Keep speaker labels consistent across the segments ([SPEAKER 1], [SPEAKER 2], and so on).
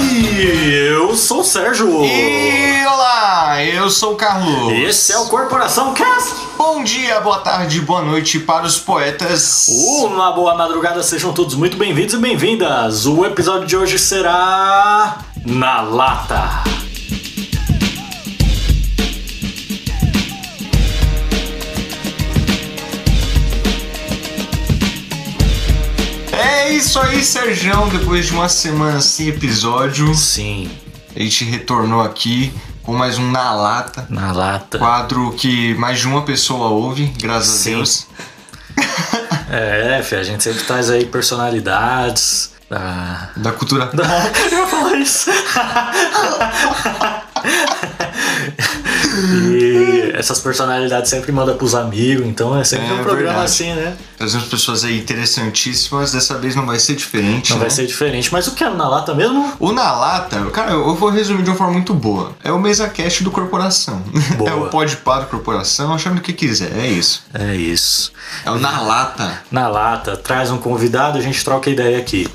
[SPEAKER 1] E eu sou o Sérgio.
[SPEAKER 2] E olá, eu sou o Carlos.
[SPEAKER 1] Esse é o Corporação Cast.
[SPEAKER 2] Bom dia, boa tarde, boa noite para os poetas.
[SPEAKER 1] Uma boa madrugada, sejam todos muito bem-vindos e bem-vindas. O episódio de hoje será na lata.
[SPEAKER 2] É isso aí, Serjão. Depois de uma semana sem episódio,
[SPEAKER 1] Sim,
[SPEAKER 2] a gente retornou aqui com mais um Na Lata.
[SPEAKER 1] na lata.
[SPEAKER 2] Quadro que mais de uma pessoa ouve, graças
[SPEAKER 1] Sim.
[SPEAKER 2] a Deus.
[SPEAKER 1] É, fi, a gente sempre traz aí personalidades. Ah.
[SPEAKER 2] Da cultura.
[SPEAKER 1] Eu ia falar isso. e essas personalidades sempre mandam pros amigos, então é sempre
[SPEAKER 2] É
[SPEAKER 1] um programa
[SPEAKER 2] verdade.
[SPEAKER 1] assim, né?
[SPEAKER 2] Trazemos pessoas aí interessantíssimas. Dessa vez não vai ser diferente.
[SPEAKER 1] Não
[SPEAKER 2] né?
[SPEAKER 1] vai ser diferente. Mas o que é na lata mesmo?
[SPEAKER 2] O Na Lata, cara, eu vou resumir de uma forma muito boa. É o mesa cast do Corporação.
[SPEAKER 1] Boa.
[SPEAKER 2] É o pod pá do Corporação, chama do que quiser, é isso.
[SPEAKER 1] É isso.
[SPEAKER 2] É o Na Lata.
[SPEAKER 1] Na lata, traz um convidado, a gente troca ideia aqui.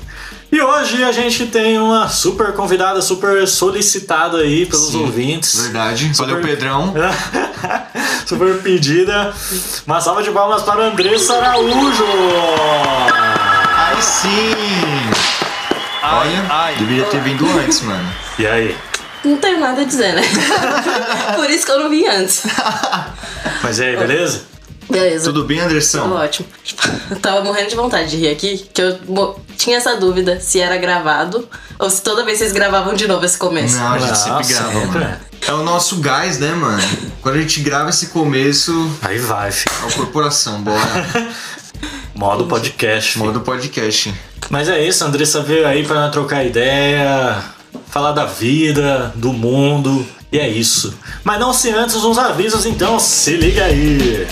[SPEAKER 1] E hoje a gente tem uma super convidada, super solicitada aí pelos
[SPEAKER 2] Sim,
[SPEAKER 1] ouvintes.
[SPEAKER 2] Verdade. Valeu, Pedrão.
[SPEAKER 1] super pedida. Uma salva de palmas para Andressa Araújo.
[SPEAKER 2] Aí sim! Olha, deveria ter vindo antes, mano.
[SPEAKER 1] E aí?
[SPEAKER 3] Não tenho nada a dizer, né? Por isso que eu não vim antes.
[SPEAKER 1] Mas e aí, beleza?
[SPEAKER 3] Beleza.
[SPEAKER 2] Tudo bem,
[SPEAKER 3] Tudo
[SPEAKER 2] Anderson?
[SPEAKER 3] ótimo. Eu tava morrendo de vontade de rir aqui, que eu mo- tinha essa dúvida se era gravado ou se toda vez vocês gravavam de novo esse começo.
[SPEAKER 2] Não, a gente
[SPEAKER 1] Ah,
[SPEAKER 2] sempre grava,
[SPEAKER 1] sempre,
[SPEAKER 2] mano. É o nosso gás, né, mano? Quando a gente grava esse começo,
[SPEAKER 1] Aí vai, filho.
[SPEAKER 2] é o Corporação, bora.
[SPEAKER 1] Modo podcast. fi.
[SPEAKER 2] Modo podcast.
[SPEAKER 1] Mas é isso, a Andressa veio aí pra trocar ideia, falar da vida, do mundo, e é isso. Mas não se antes uns avisos, então se liga aí.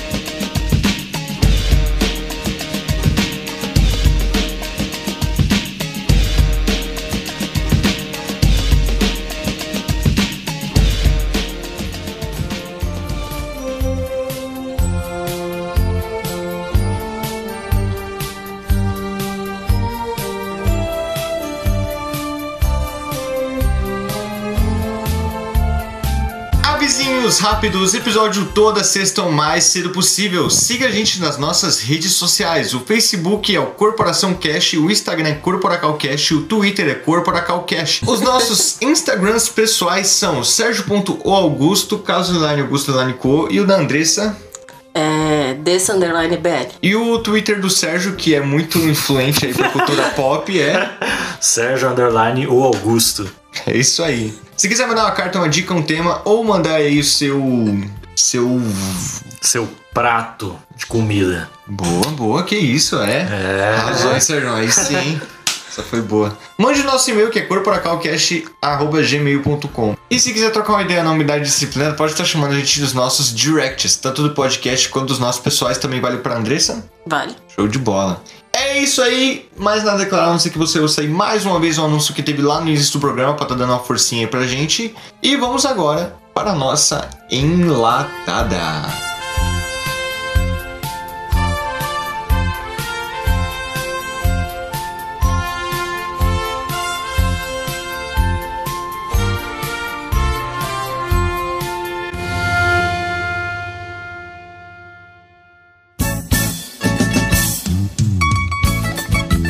[SPEAKER 2] Avisinhos rápidos, episódio toda sexta o mais cedo possível. Siga a gente nas nossas redes sociais. O Facebook é o Corporação Cash, o Instagram é Corporacal Cash, o Twitter é Corporacal Cash. Os nossos Instagrams pessoais são o Sérgio.oaugusto, caso Line Augusto Line Co e o da Andressa.
[SPEAKER 3] É. Desse underline bad.
[SPEAKER 2] E o Twitter do Sérgio, que é muito influente aí pra cultura pop, é
[SPEAKER 1] Sérgio Underline ou Augusto.
[SPEAKER 2] É isso aí. Se quiser mandar uma carta, uma dica, um tema, ou mandar aí o seu. seu.
[SPEAKER 1] Seu prato de comida.
[SPEAKER 2] Boa, boa, que isso, é.
[SPEAKER 1] É.
[SPEAKER 2] Arrasou, hein, Sérgio? Aí sim. Essa foi boa. Mande nosso e-mail que é corporacalcast.gmail.com. E se quiser trocar uma ideia na umidade disciplina, pode estar chamando a gente dos nossos directs, tanto do podcast quanto dos nossos pessoais, também vale pra Andressa.
[SPEAKER 3] Vale.
[SPEAKER 2] Show de bola. É isso aí, mais nada a declarar, a não ser que você ouça aí mais uma vez o anúncio que teve lá no início do programa pra tá dando uma forcinha aí pra gente. E vamos agora para a nossa enlatada.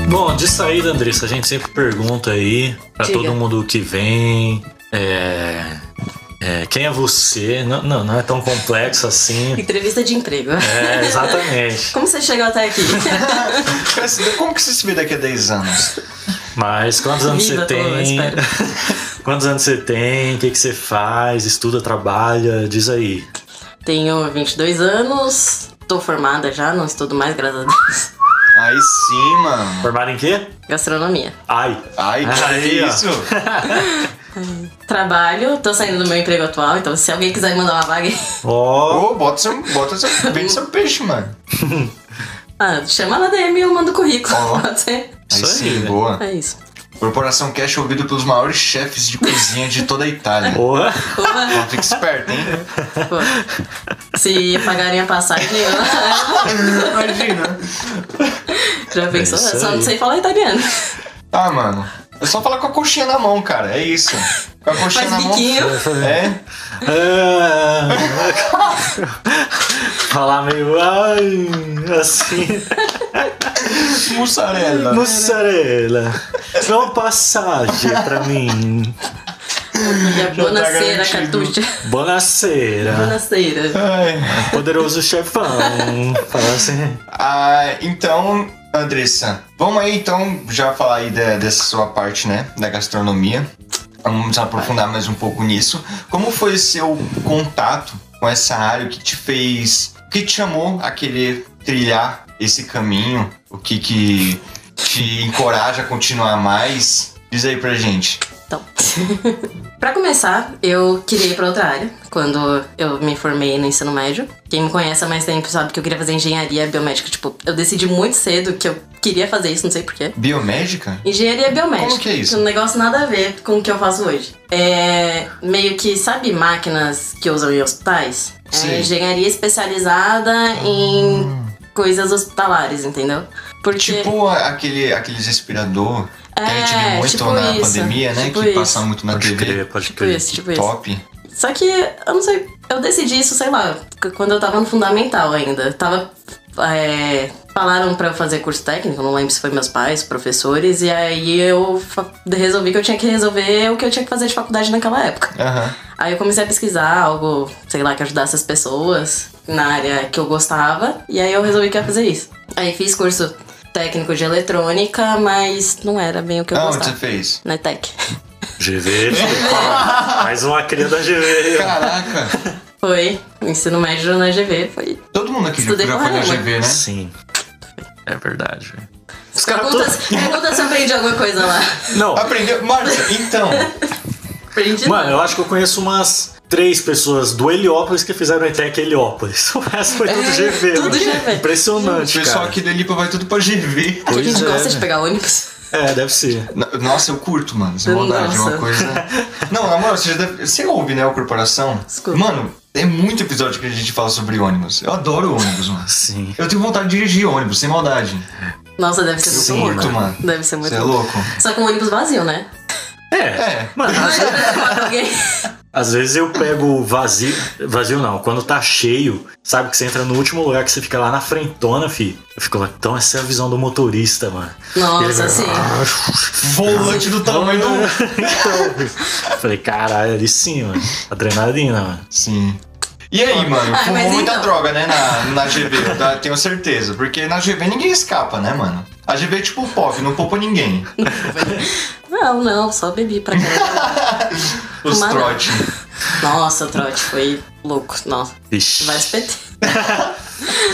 [SPEAKER 1] Bom, de saída, Andressa, a gente sempre pergunta aí pra
[SPEAKER 3] Diga.
[SPEAKER 1] todo mundo que vem. É. é, quem é você? Não, não, não é tão complexo assim.
[SPEAKER 3] Entrevista de emprego.
[SPEAKER 1] É, exatamente.
[SPEAKER 3] Como você chegou até aqui?
[SPEAKER 2] Como que você se vê daqui a 10 anos?
[SPEAKER 1] Mas quantos anos
[SPEAKER 3] Viva,
[SPEAKER 1] você
[SPEAKER 3] pelo menos,
[SPEAKER 1] tem?
[SPEAKER 3] espero.
[SPEAKER 1] quantos anos você tem? O que, que você faz? Estuda, trabalha? Diz aí.
[SPEAKER 3] Tenho 22 anos, tô formada já, não estudo mais, graças a Deus.
[SPEAKER 2] Aí sim, mano.
[SPEAKER 1] Formado em quê?
[SPEAKER 3] Gastronomia.
[SPEAKER 1] Ai.
[SPEAKER 2] Ai, que
[SPEAKER 1] Aí, ó.
[SPEAKER 2] É isso?
[SPEAKER 3] Trabalho, tô saindo do meu emprego atual, então se alguém quiser me mandar uma vaga,
[SPEAKER 1] Ó.
[SPEAKER 2] Ô, bota seu, bota seu, vende seu peixe, mano.
[SPEAKER 3] ah, chama na DM e eu mando currículo.
[SPEAKER 2] Ó.
[SPEAKER 3] Pode ser?
[SPEAKER 2] Aí
[SPEAKER 1] Isso aí,
[SPEAKER 2] sim,
[SPEAKER 1] velho.
[SPEAKER 2] boa.
[SPEAKER 3] É isso.
[SPEAKER 2] Corporação Cash ouvido pelos maiores chefes de cozinha de toda a Itália.
[SPEAKER 1] Boa.
[SPEAKER 3] Opa,
[SPEAKER 2] Fica esperto, hein?
[SPEAKER 3] pô. Se pagarem a passagem, eu
[SPEAKER 2] Imagina.
[SPEAKER 3] já pensou?
[SPEAKER 1] isso
[SPEAKER 3] eu só não
[SPEAKER 1] aí.
[SPEAKER 3] sei falar italiano.
[SPEAKER 2] Ah, mano. É só falar com a coxinha na mão, cara. É isso. Com a coxinha
[SPEAKER 3] Faz
[SPEAKER 2] na
[SPEAKER 3] biquinho.
[SPEAKER 2] mão. É.
[SPEAKER 1] Ah, falar meio ai, assim,
[SPEAKER 2] Mussarela.
[SPEAKER 1] mussarela, dá uma passagem pra mim.
[SPEAKER 3] Bonaceira,
[SPEAKER 2] garantido.
[SPEAKER 3] Catucha.
[SPEAKER 1] Bonaceira,
[SPEAKER 3] Bonaceira.
[SPEAKER 2] Ai.
[SPEAKER 1] poderoso chefão. Fala assim.
[SPEAKER 2] Ah, então, Andressa, vamos aí então já falar aí da- dessa sua parte, né? Da gastronomia. Vamos aprofundar mais um pouco nisso. Como foi o seu contato com essa área? O que te fez. O que te chamou a querer trilhar esse caminho? O que, que te encoraja a continuar mais? Diz aí pra gente.
[SPEAKER 3] Então. pra começar, eu queria ir pra outra área quando eu me formei no ensino médio. Quem me conhece há mais tempo sabe que eu queria fazer engenharia biomédica. Tipo, eu decidi muito cedo que eu queria fazer isso, não sei porquê.
[SPEAKER 2] Biomédica?
[SPEAKER 3] Engenharia biomédica.
[SPEAKER 2] Como que é isso?
[SPEAKER 3] Um negócio nada a ver com o que eu faço hoje. É meio que, sabe máquinas que usam em hospitais?
[SPEAKER 2] Sim. Ah.
[SPEAKER 3] É engenharia especializada em coisas hospitalares, entendeu? Porque...
[SPEAKER 2] Tipo a- aquele, aqueles respirador que a gente
[SPEAKER 3] É,
[SPEAKER 2] viu muito
[SPEAKER 3] tipo
[SPEAKER 2] então, na
[SPEAKER 3] isso,
[SPEAKER 2] pandemia, né?
[SPEAKER 3] tipo
[SPEAKER 2] que
[SPEAKER 3] isso.
[SPEAKER 2] passa muito na
[SPEAKER 1] Pode
[SPEAKER 2] TV.
[SPEAKER 1] crer, pode
[SPEAKER 3] Tipo
[SPEAKER 1] crer.
[SPEAKER 3] isso, tipo isso.
[SPEAKER 2] Top.
[SPEAKER 3] Só que, eu não sei, eu decidi isso, sei lá, c- quando eu tava no fundamental ainda. Eu Tava. é, falaram pra eu fazer curso técnico, não lembro se foi meus pais, professores, e aí eu fa- resolvi que eu tinha que resolver o que eu tinha que fazer de faculdade naquela época.
[SPEAKER 2] Aham.
[SPEAKER 3] Aí eu comecei a pesquisar algo, sei lá, que ajudasse as pessoas na área que eu gostava, e aí eu resolvi que ia fazer isso. Aí fiz curso técnico de eletrônica, mas não era bem o que eu
[SPEAKER 2] Ah, onde você
[SPEAKER 3] gostava.
[SPEAKER 2] fez?
[SPEAKER 3] Na ETEC.
[SPEAKER 1] GV, mais uma cria da GV.
[SPEAKER 2] Caraca!
[SPEAKER 3] Foi, ensino médio na GV, foi
[SPEAKER 2] Todo mundo aqui já
[SPEAKER 3] Estudei
[SPEAKER 2] já
[SPEAKER 3] com
[SPEAKER 2] foi na
[SPEAKER 3] ela.
[SPEAKER 2] GV, né?
[SPEAKER 1] Sim. É verdade. velho. Os caras
[SPEAKER 3] Pergunta,
[SPEAKER 1] todos.
[SPEAKER 3] se- pergunta se eu aprendi alguma coisa lá.
[SPEAKER 1] Não,
[SPEAKER 2] Aprendeu. Márcia, então.
[SPEAKER 3] Aprendi
[SPEAKER 1] mano,
[SPEAKER 3] nada.
[SPEAKER 1] eu acho que eu conheço umas três pessoas do Heliópolis que fizeram ETEC Heliópolis. O resto foi tudo
[SPEAKER 3] É,
[SPEAKER 1] GV.
[SPEAKER 3] tudo
[SPEAKER 1] mano.
[SPEAKER 3] GV.
[SPEAKER 2] O
[SPEAKER 1] Impressionante,
[SPEAKER 2] pessoal
[SPEAKER 1] cara.
[SPEAKER 2] aqui da Lipa vai tudo pra GV.
[SPEAKER 3] Aqui que a
[SPEAKER 1] Pois
[SPEAKER 3] gente
[SPEAKER 1] é,
[SPEAKER 3] gosta de
[SPEAKER 1] né?
[SPEAKER 3] pegar ônibus.
[SPEAKER 1] É, deve ser.
[SPEAKER 2] Na- Nossa, eu curto, mano. Essa maldade é uma
[SPEAKER 3] Nossa.
[SPEAKER 2] coisa. Não, na moral, você já deve. Você ouve, né, o Corporação?
[SPEAKER 3] Escuta.
[SPEAKER 2] Mano, é muito episódio que a gente fala sobre ônibus. Eu adoro ônibus, mano.
[SPEAKER 1] Sim.
[SPEAKER 2] Eu tenho vontade de dirigir ônibus, sem maldade.
[SPEAKER 3] Nossa, deve ser
[SPEAKER 2] Eu
[SPEAKER 1] Sim,
[SPEAKER 3] muito
[SPEAKER 2] curto,
[SPEAKER 3] louco.
[SPEAKER 2] mano.
[SPEAKER 3] Deve ser muito
[SPEAKER 2] Você é
[SPEAKER 3] louco.
[SPEAKER 2] louco?
[SPEAKER 3] Só com o ônibus vazio, né?
[SPEAKER 1] É.
[SPEAKER 2] É.
[SPEAKER 1] Mano, às, ve-
[SPEAKER 3] Alguém-
[SPEAKER 1] às vezes eu pego vazio. Vazio não, quando tá cheio, sabe? Que você entra no último lugar que você fica lá na frentona, fi. Eu fico lá, então essa é a visão do motorista, mano. Ele
[SPEAKER 3] Nossa,
[SPEAKER 1] vai- "Ah."
[SPEAKER 3] assim.
[SPEAKER 2] Volante do tamanho do.
[SPEAKER 1] então, falei, caralho, ali sim, mano. Adrenalina, mano.
[SPEAKER 2] Sim. E aí, mano,
[SPEAKER 3] Ah,
[SPEAKER 2] fumou
[SPEAKER 3] mas
[SPEAKER 2] muita
[SPEAKER 3] então.
[SPEAKER 2] droga, né, na, na GV, eu tá- tenho certeza. Porque na GV ninguém escapa, né, mano? A GV é tipo o pop, não poupa ninguém.
[SPEAKER 3] Não, não, só bebi pra caramba.
[SPEAKER 2] Os
[SPEAKER 3] Fumar não.
[SPEAKER 2] trote.
[SPEAKER 3] Nossa, trote, foi louco. Nossa,
[SPEAKER 1] Vixe.
[SPEAKER 3] vai se PT.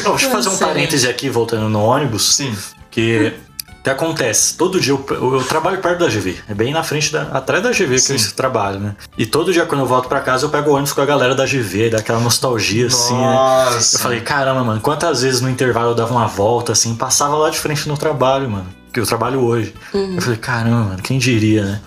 [SPEAKER 1] Não, deixa eu fazer um
[SPEAKER 3] Excelente.
[SPEAKER 1] parêntese aqui, voltando no ônibus,
[SPEAKER 2] Sim.
[SPEAKER 1] que o que acontece? Todo dia eu, eu- eu trabalho perto da GV, é bem na frente, da, atrás da GV
[SPEAKER 2] Sim.
[SPEAKER 1] que eu trabalho, né? E todo dia quando eu volto pra casa eu pego o ônibus com a galera da GV, dá aquela nostalgia assim, né?
[SPEAKER 2] Nossa.
[SPEAKER 1] Eu falei, caramba, mano, quantas vezes no intervalo eu dava uma volta assim, passava lá de frente no trabalho, mano, que eu trabalho hoje. Eu falei, caramba, mano, quem diria, né?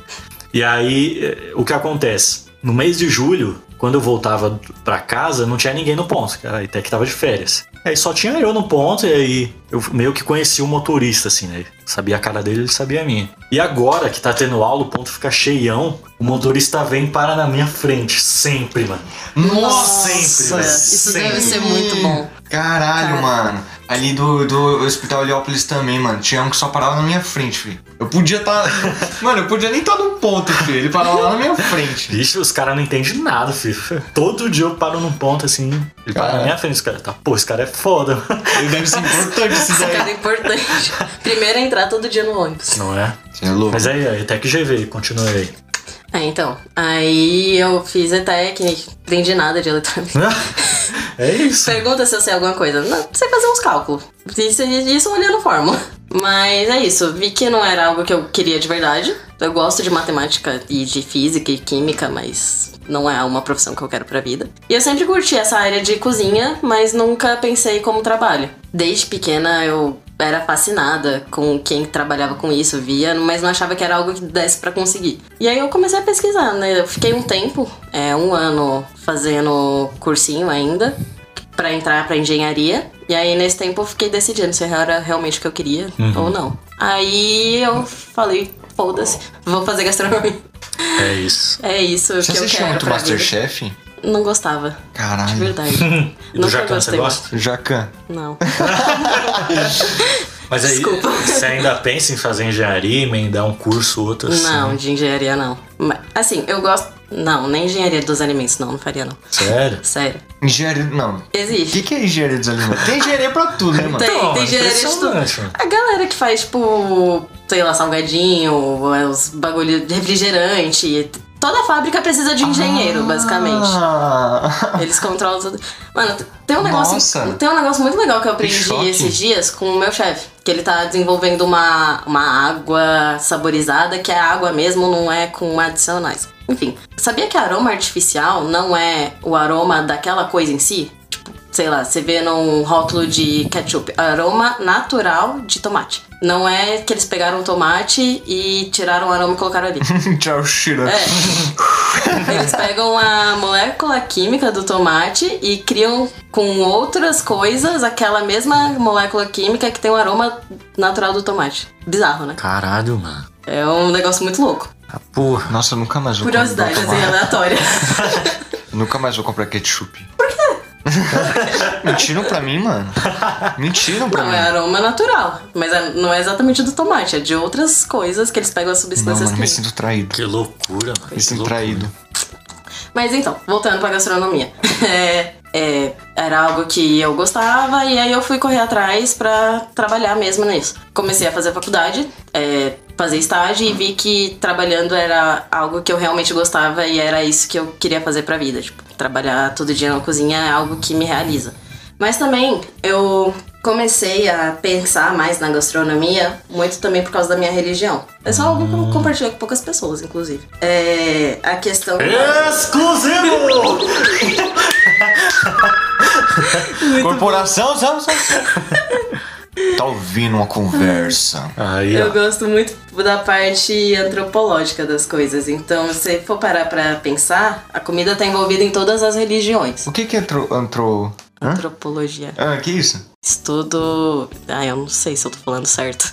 [SPEAKER 1] E aí, eh, o que acontece? No mês de julho, quando eu voltava pra casa, não tinha ninguém no ponto, cara, até que tava de férias. Aí só tinha eu no ponto, e aí eu meio que conheci o motorista, assim, né? Sabia a cara dele, ele sabia a minha. E agora que tá tendo aula, o ponto fica cheião, o motorista vem e para na minha frente, sempre, mano.
[SPEAKER 2] Nossa.
[SPEAKER 1] sempre, velho.
[SPEAKER 3] Isso deve ser
[SPEAKER 2] Sempre.
[SPEAKER 3] muito bom.
[SPEAKER 2] Caralho,
[SPEAKER 3] Cara.
[SPEAKER 2] mano. Ali do, do Hospital Heliópolis também, mano. Tinha um que só parava na minha frente, filho. Eu podia estar. mano, eu podia nem estar no ponto, filho. Ele parava lá na minha frente.
[SPEAKER 1] Vixe, os caras não entendem nada, filho. Todo dia eu paro num ponto assim. Ele para
[SPEAKER 2] Cara.
[SPEAKER 1] na minha frente, os caras tá, pô, esse cara é foda.
[SPEAKER 2] Ele deve ser importante esse
[SPEAKER 3] Essa cara
[SPEAKER 2] daí.
[SPEAKER 3] é importante. Primeiro é entrar todo dia no ônibus.
[SPEAKER 1] Não é?
[SPEAKER 2] Você é louco.
[SPEAKER 1] Mas aí, aí, até que GV, continua aí.
[SPEAKER 3] É, então. Aí eu fiz ETEC, aprendi nada de eletrônica.
[SPEAKER 1] É isso.
[SPEAKER 3] Pergunta se eu sei alguma coisa. Não, sei fazer uns cálculos. Isso, isso olhando fórmula. Mas é isso. Vi que não era algo que eu queria de verdade. Eu gosto de matemática e de física e química, mas não é uma profissão que eu quero pra vida. E eu sempre curti essa área de cozinha, mas nunca pensei como trabalho. Desde pequena eu era fascinada com quem trabalhava com isso, via, mas não achava que era algo que desse pra conseguir. E aí eu comecei a pesquisar, né? Eu fiquei um tempo, é, um ano, fazendo cursinho ainda pra entrar pra engenharia. E aí nesse
[SPEAKER 1] Uhum.
[SPEAKER 3] tempo eu fiquei decidindo se era realmente o que eu queria ou não. Aí eu falei, Foda-se. Vou fazer gastronomia.
[SPEAKER 1] É isso.
[SPEAKER 3] É isso
[SPEAKER 2] Você
[SPEAKER 3] que eu
[SPEAKER 2] assistiu
[SPEAKER 3] quero
[SPEAKER 2] muito
[SPEAKER 3] pra vida. Tipo,
[SPEAKER 2] Masterchef?
[SPEAKER 3] Não gostava. De
[SPEAKER 2] Caralho.
[SPEAKER 3] verdade.
[SPEAKER 1] E Hum. do
[SPEAKER 3] Nunca
[SPEAKER 1] Jacan, você
[SPEAKER 3] gostei.
[SPEAKER 1] gosta?
[SPEAKER 2] Jacan.
[SPEAKER 3] Não.
[SPEAKER 1] Mas aí,
[SPEAKER 3] Desculpa.
[SPEAKER 1] você ainda pensa em fazer engenharia, emendar um curso, outro assim?
[SPEAKER 3] Não, de engenharia não. Mas, assim, eu gosto. Não, nem engenharia dos alimentos, não, não faria não.
[SPEAKER 1] Sério?
[SPEAKER 3] Sério.
[SPEAKER 2] Engenharia. Não. O
[SPEAKER 3] Existe.
[SPEAKER 2] que, que é engenharia dos alimentos? Tem engenharia pra tudo, né, mano?
[SPEAKER 3] Tem,
[SPEAKER 1] Então,
[SPEAKER 3] tem engenharia de tudo.
[SPEAKER 1] impressionante, mano.
[SPEAKER 3] A galera que faz, tipo, sei lá, salgadinho, os bagulho de refrigerante. Toda fábrica precisa de um
[SPEAKER 1] Ah.
[SPEAKER 3] engenheiro, basicamente.
[SPEAKER 2] Ah.
[SPEAKER 3] Eles controlam tudo. Mano, tem um negócio.
[SPEAKER 2] Nossa.
[SPEAKER 3] Tem um negócio muito legal que eu aprendi
[SPEAKER 2] choque.
[SPEAKER 3] esses dias com o meu chefe. Que ele tá desenvolvendo uma, uma água saborizada, que é água mesmo, não é com adicionais. Enfim, sabia que aroma artificial não é o aroma daquela coisa em si? Tipo, sei lá, você vê num rótulo de ketchup, aroma natural de tomate. Não é que eles pegaram tomate e tiraram o aroma e colocaram ali.
[SPEAKER 2] Tchau, Shira.
[SPEAKER 3] É. Eles pegam a molécula química do tomate e criam com outras coisas aquela mesma molécula química que tem o aroma natural do tomate. Bizarro, né?
[SPEAKER 1] Caralho, mano.
[SPEAKER 3] É um negócio muito louco.
[SPEAKER 1] Ah, porra.
[SPEAKER 2] Nossa, eu nunca mais vou
[SPEAKER 3] Curiosidade,
[SPEAKER 2] comprar
[SPEAKER 3] assim,
[SPEAKER 2] tomate.
[SPEAKER 3] aleatória.
[SPEAKER 2] Eu Nunca mais vou comprar ketchup. Por quê? Mentiram pra mim, mano. Mentiram pra
[SPEAKER 3] Não,
[SPEAKER 2] mim.
[SPEAKER 3] é aroma natural. Mas é- não é exatamente do tomate, é de outras coisas que eles pegam as
[SPEAKER 2] Não,
[SPEAKER 3] substâncias
[SPEAKER 2] mano, me
[SPEAKER 3] químicas.
[SPEAKER 2] sinto traído.
[SPEAKER 1] Que loucura, mano.
[SPEAKER 2] Me
[SPEAKER 1] Que
[SPEAKER 2] sinto
[SPEAKER 1] loucura.
[SPEAKER 2] traído.
[SPEAKER 3] Mas então, voltando pra gastronomia. É, é, era algo que eu gostava e aí eu fui correr atrás pra trabalhar mesmo nisso. Comecei a fazer faculdade, é, fazer estágio e vi que trabalhando era algo que eu realmente gostava e era isso que eu queria fazer pra vida. Tipo, trabalhar todo dia na cozinha é algo que me realiza. Mas também eu comecei a pensar mais na gastronomia, muito também por causa da minha religião. É só algo que eu compartilho com poucas pessoas, inclusive. É. A questão.
[SPEAKER 1] Exclusivo!
[SPEAKER 2] Corporação, sabe, sabe, sabe. Tá ouvindo uma conversa.
[SPEAKER 1] Aí,
[SPEAKER 3] Eu
[SPEAKER 1] ó.
[SPEAKER 3] gosto muito da parte antropológica das coisas. Então, se for parar pra pensar, a comida tá envolvida em todas as religiões.
[SPEAKER 2] O que que entrou... entrou... Hã?
[SPEAKER 3] Antropologia.
[SPEAKER 2] Ah, que isso?
[SPEAKER 3] Estudo. Ah, eu não sei se eu tô falando certo.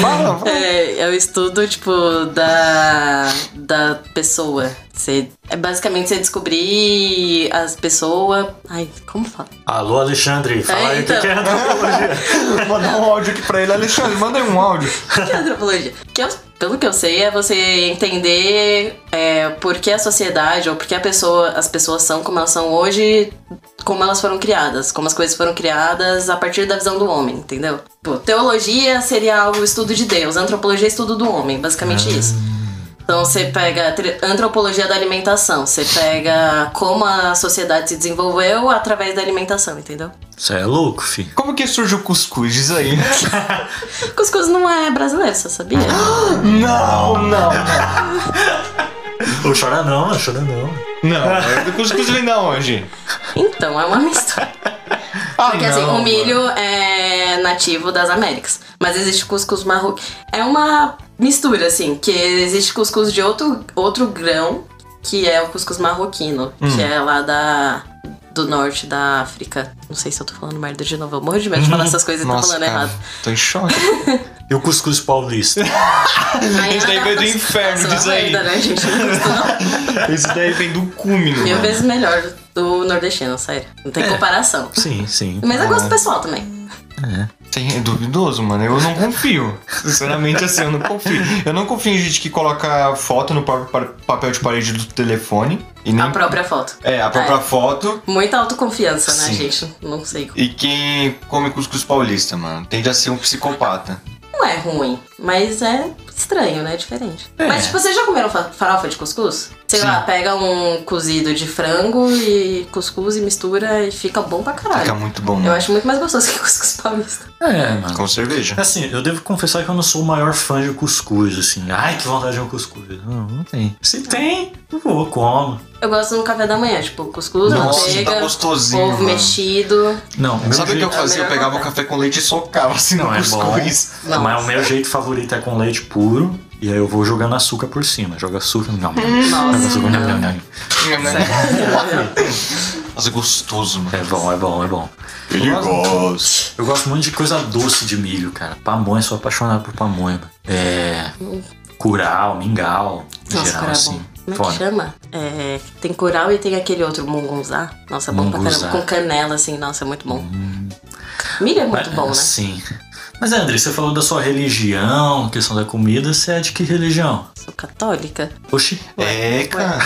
[SPEAKER 2] Fala, fala.
[SPEAKER 3] É, é o estudo, tipo, da, da pessoa. Você, é basicamente você descobrir as pessoas. Ai, como fala?
[SPEAKER 1] Alô, Alexandre, fala aí o que
[SPEAKER 3] então.
[SPEAKER 1] que é antropologia.
[SPEAKER 3] É.
[SPEAKER 2] Mandar um áudio aqui pra ele. Alexandre, manda aí um áudio.
[SPEAKER 3] O que é antropologia? Que eu- pelo que eu sei, é você entender é, por que a sociedade ou por que a pessoa, as pessoas são como elas são hoje, como elas foram criadas, como as coisas foram criadas a partir da visão do homem, entendeu? Pô, teologia seria algo estudo de Deus, antropologia é estudo do homem, basicamente isso. Então você pega a tri- antropologia da alimentação, você pega como a sociedade se desenvolveu através da alimentação, entendeu?
[SPEAKER 1] Você é louco, filho.
[SPEAKER 2] Como que surge o cuscuz? Diz aí.
[SPEAKER 3] Cuscuz não é brasileiro, você sabia?
[SPEAKER 2] Não, não.
[SPEAKER 1] Ô, chora não, mano, chora não.
[SPEAKER 2] Não, o cuscuz vem da onde?
[SPEAKER 3] Então, é uma mistura.
[SPEAKER 2] Ah,
[SPEAKER 3] Porque assim, o milho é nativo das Américas. Mas existe cuscuz marroquino. É uma mistura, assim, que existe cuscuz de outro, outro grão, que é o cuscuz marroquino,
[SPEAKER 2] Hum.
[SPEAKER 3] que é lá da. Do norte da África. Não sei se eu tô falando merda de novo. Eu morro de medo de falar essas coisas e tô
[SPEAKER 2] Nossa,
[SPEAKER 3] tá falando
[SPEAKER 2] cara,
[SPEAKER 3] errado.
[SPEAKER 2] tô em choque.
[SPEAKER 1] E o cuscuz paulista?
[SPEAKER 3] Aí
[SPEAKER 2] Isso daí
[SPEAKER 3] ela
[SPEAKER 2] veio do
[SPEAKER 3] faz-
[SPEAKER 2] inferno,
[SPEAKER 3] faz uma
[SPEAKER 2] diz aí.
[SPEAKER 3] merda, né, gente? Não custa, não.
[SPEAKER 2] Isso daí vem do cúmino.
[SPEAKER 3] Mil
[SPEAKER 2] mano.
[SPEAKER 3] vezes melhor do nordestino, sério.
[SPEAKER 2] É.
[SPEAKER 3] Não tem comparação.
[SPEAKER 1] Sim, sim.
[SPEAKER 3] Mas eu gosto pessoal também.
[SPEAKER 2] Tem- É duvidoso, mano. Eu não confio. Sinceramente, assim, eu não confio. Eu não confio em gente que coloca foto no próprio pa- papel de parede do telefone. E nem...
[SPEAKER 3] A própria foto.
[SPEAKER 2] É, a própria foto.
[SPEAKER 3] Muita autoconfiança, né,
[SPEAKER 2] Sim.
[SPEAKER 3] gente? Não sei.
[SPEAKER 2] E quem come cuscuz paulista, mano, tende a ser um psicopata.
[SPEAKER 3] Não é ruim, mas é estranho, né? É diferente. Mas, tipo, vocês já comeram fa- farofa de cuscuz? Sei
[SPEAKER 2] Sim.
[SPEAKER 3] lá, pega um cozido de frango e cuscuz e mistura e fica bom pra caralho.
[SPEAKER 2] Fica muito bom,
[SPEAKER 3] Eu
[SPEAKER 2] mano.
[SPEAKER 3] acho muito mais gostoso que cuscuz paulista.
[SPEAKER 1] É, mano.
[SPEAKER 2] Com cerveja.
[SPEAKER 1] Assim, eu devo confessar que eu não sou o maior fã de cuscuz, assim. Ai, que vontade de um cuscuz. Não, não tem. Se tem, eu vou, como.
[SPEAKER 3] Eu gosto no café da manhã, tipo, cuscuz,
[SPEAKER 2] Nossa,
[SPEAKER 3] manteiga,
[SPEAKER 2] tá gostosinho,
[SPEAKER 3] ovo
[SPEAKER 2] mano.
[SPEAKER 3] mexido.
[SPEAKER 1] Não, meu
[SPEAKER 2] Sabe o que eu
[SPEAKER 1] jeito...
[SPEAKER 2] fazia? Eu
[SPEAKER 3] melhor
[SPEAKER 2] pegava o
[SPEAKER 3] vontade.
[SPEAKER 2] café com leite e socava assim
[SPEAKER 1] Não,
[SPEAKER 2] no
[SPEAKER 1] é bom.
[SPEAKER 2] cuscuz.
[SPEAKER 3] Nossa.
[SPEAKER 1] Mas o meu jeito favorito é com leite puro. E aí eu vou jogando açúcar por cima. Joga açúcar. Não,
[SPEAKER 3] Nossa.
[SPEAKER 1] Joga açúcar. Não, não, não.
[SPEAKER 2] Nossa, é gostoso, mano.
[SPEAKER 1] É bom, é bom, é bom.
[SPEAKER 2] Perigoso.
[SPEAKER 1] Eu gosto muito de coisa doce de milho, cara. Pamonha, sou apaixonado por pamonha. mano. É. Curau, mingau, no
[SPEAKER 3] Nossa,
[SPEAKER 1] geral,
[SPEAKER 3] cara, é
[SPEAKER 1] assim.
[SPEAKER 3] bom. Como
[SPEAKER 1] Foda.
[SPEAKER 3] é que chama? É, tem coral e tem aquele outro mungunzá. Nossa, é bom pra
[SPEAKER 1] Mungunzá.
[SPEAKER 3] caramba. Com canela, assim, nossa, é muito bom. Milho é muito
[SPEAKER 1] Mas-
[SPEAKER 3] bom, né?
[SPEAKER 1] Sim. Mas André, você falou da sua religião, questão da comida, você é de que religião?
[SPEAKER 3] Sou católica.
[SPEAKER 1] Oxi.
[SPEAKER 2] É, cara.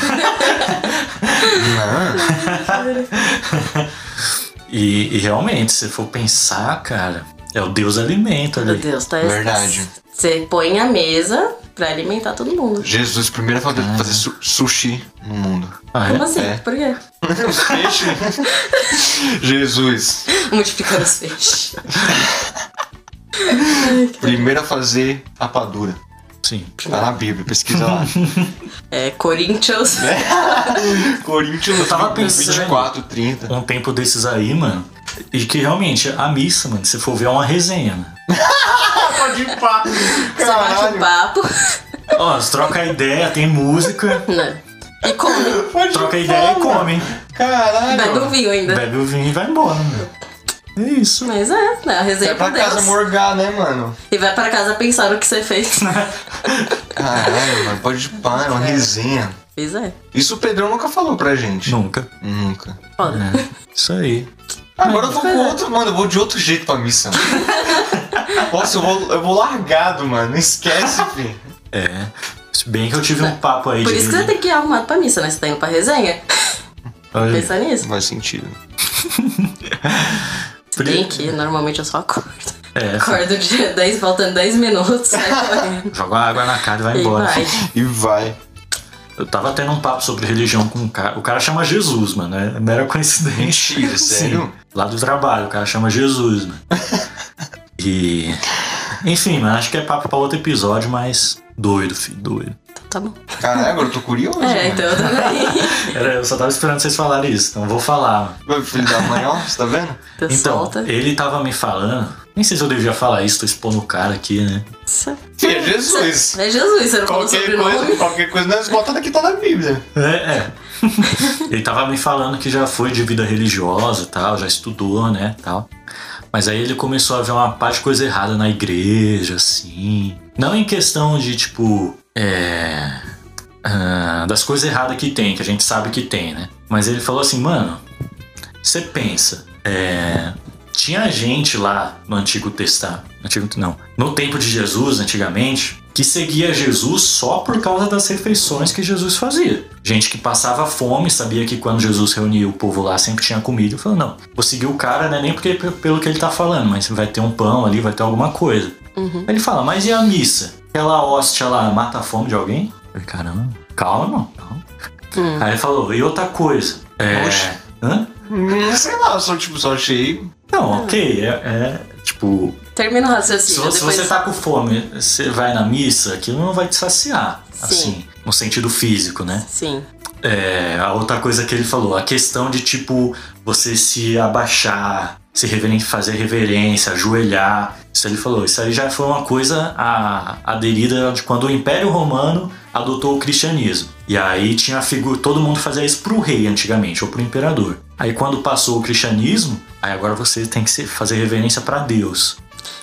[SPEAKER 2] Não.
[SPEAKER 1] E, e realmente, se for pensar, cara, é o Deus alimenta
[SPEAKER 3] Meu
[SPEAKER 1] ali.
[SPEAKER 3] Deus, tá
[SPEAKER 2] Verdade.
[SPEAKER 3] Você põe a mesa pra alimentar todo mundo.
[SPEAKER 2] Jesus, primeiro a fazer, fazer su- sushi no mundo.
[SPEAKER 1] Ah,
[SPEAKER 3] Como
[SPEAKER 1] é?
[SPEAKER 3] assim?
[SPEAKER 2] É.
[SPEAKER 3] Por quê?
[SPEAKER 2] Os peixes. Jesus,
[SPEAKER 3] Multiplicando os peixes.
[SPEAKER 2] primeiro a fazer rapadura.
[SPEAKER 3] assim?
[SPEAKER 1] Sim.
[SPEAKER 2] Tá na Bíblia, pesquisa lá.
[SPEAKER 3] É, Corinthians.
[SPEAKER 2] Coríntios
[SPEAKER 1] Eu tava pensando.
[SPEAKER 2] 24, 30.
[SPEAKER 1] Um tempo desses aí, mano. E que realmente, a missa, mano, se for ver, é uma resenha, mano.
[SPEAKER 2] Pode ir pá.
[SPEAKER 3] Você bate o papo.
[SPEAKER 1] Ó, você troca ideia, tem música,
[SPEAKER 3] Né? E come.
[SPEAKER 2] Pode
[SPEAKER 1] troca ideia e come.
[SPEAKER 3] Bebe um
[SPEAKER 2] Caralho.
[SPEAKER 3] vinho ainda.
[SPEAKER 1] Bebe o vinho e vai embora, mano. É isso.
[SPEAKER 3] Mas é, né? A resenha
[SPEAKER 2] Vai
[SPEAKER 3] é pra
[SPEAKER 2] pra
[SPEAKER 3] Deus.
[SPEAKER 2] casa morgar, né, mano?
[SPEAKER 3] E vai pra casa pensar no que você fez.
[SPEAKER 2] Caralho, mano. Pode ir pá, é uma resenha.
[SPEAKER 3] Pois é.
[SPEAKER 2] Isso o Pedrão nunca falou pra gente.
[SPEAKER 1] Nunca.
[SPEAKER 2] Nunca.
[SPEAKER 3] Foda.
[SPEAKER 1] Isso aí.
[SPEAKER 2] Agora eu vou
[SPEAKER 3] é.
[SPEAKER 2] com outro, mano. Eu vou de outro jeito pra missa. Nossa, eu vou, eu vou largado, mano. Não esquece, filho.
[SPEAKER 1] É. Se bem que eu tive um papo aí
[SPEAKER 3] Por
[SPEAKER 1] de.
[SPEAKER 3] isso que você tem que ir arrumado pra missa, né? Você tá indo pra resenha.
[SPEAKER 1] Olha aí.
[SPEAKER 3] Pensa nisso.
[SPEAKER 2] faz sentido.
[SPEAKER 3] Se bem que normalmente eu só acordo.
[SPEAKER 1] É,
[SPEAKER 3] Acordo dia 10, faltando 10 minutos, sai correndo.
[SPEAKER 1] joga água na cara e vai
[SPEAKER 3] E
[SPEAKER 1] embora.
[SPEAKER 3] vai. Então
[SPEAKER 2] E vai.
[SPEAKER 1] Eu tava tendo um papo sobre religião com um cara. O cara chama Jesus, mano. É mera coincidência.
[SPEAKER 2] Mentira,
[SPEAKER 1] Sim.
[SPEAKER 2] sério?
[SPEAKER 1] Lá do trabalho, o cara chama Jesus, mano. E. Enfim, mano, acho que é papo pra outro episódio, mas. Doido, filho, doido.
[SPEAKER 3] Então tá bom.
[SPEAKER 2] Caralho, agora eu tô curioso,
[SPEAKER 3] É,
[SPEAKER 2] mano.
[SPEAKER 3] então eu também.
[SPEAKER 1] Era- eu só tava esperando vocês falarem isso, então eu vou falar. mano.
[SPEAKER 2] Meu Filho da mãe, ó, você tá vendo?
[SPEAKER 3] Então,
[SPEAKER 1] Então,
[SPEAKER 3] solta.
[SPEAKER 1] ele tava me falando. Nem sei se eu devia falar isso, tô expondo o cara aqui, né?
[SPEAKER 3] Isso.
[SPEAKER 2] Filho, é Jesus.
[SPEAKER 3] É Jesus, você não falou
[SPEAKER 2] Qualquer
[SPEAKER 3] sobrenome.
[SPEAKER 2] coisa, qualquer coisa, nós botamos aqui tá na Bíblia.
[SPEAKER 1] É, é. ele tava me falando que já foi de vida religiosa e tal, já estudou, né, tal. Mas aí ele começou a ver uma parte de coisa errada na igreja, assim. Não em questão de, tipo, é... ah, das coisas erradas que tem, que a gente sabe que tem, né? Mas ele falou assim, mano, você pensa, é... Tinha gente lá no Antigo Testamento, Antigo, não, no tempo de Jesus, antigamente, que seguia Jesus só por causa das refeições que Jesus fazia. Gente que passava fome, sabia que quando Jesus reunia o povo lá sempre tinha comida, e falou: não, vou seguir o cara, né? Nem porque, pelo que ele tá falando, mas vai ter um pão ali, vai ter alguma coisa.
[SPEAKER 3] Uhum.
[SPEAKER 1] Ele fala, mas e a missa? Aquela hóstia lá mata a fome de alguém? Eu falei, Caramba, calma, calma.
[SPEAKER 3] Hum.
[SPEAKER 1] Aí ele falou, e outra coisa? É.
[SPEAKER 2] Oxe.
[SPEAKER 1] Hã?
[SPEAKER 2] Hum, Sei lá, eu só, tipo, só achei.
[SPEAKER 1] Não, ok, é- é tipo,
[SPEAKER 3] Termina o
[SPEAKER 1] Se,
[SPEAKER 3] raciocínio.
[SPEAKER 1] se
[SPEAKER 3] depois...
[SPEAKER 1] você tá com fome, você vai na missa, aquilo não vai te saciar.
[SPEAKER 3] Sim.
[SPEAKER 1] Assim, no sentido físico, né?
[SPEAKER 3] Sim.
[SPEAKER 1] É, a outra coisa que ele falou, a questão de tipo, você se abaixar, se reveren fazer reverência, ajoelhar. Isso ele falou, isso aí já foi uma coisa a- aderida de quando o Império Romano adotou o cristianismo. E aí tinha a figura, todo mundo fazia isso pro rei antigamente, ou pro imperador. Aí quando passou o cristianismo, aí agora você tem que se- fazer reverência pra Deus.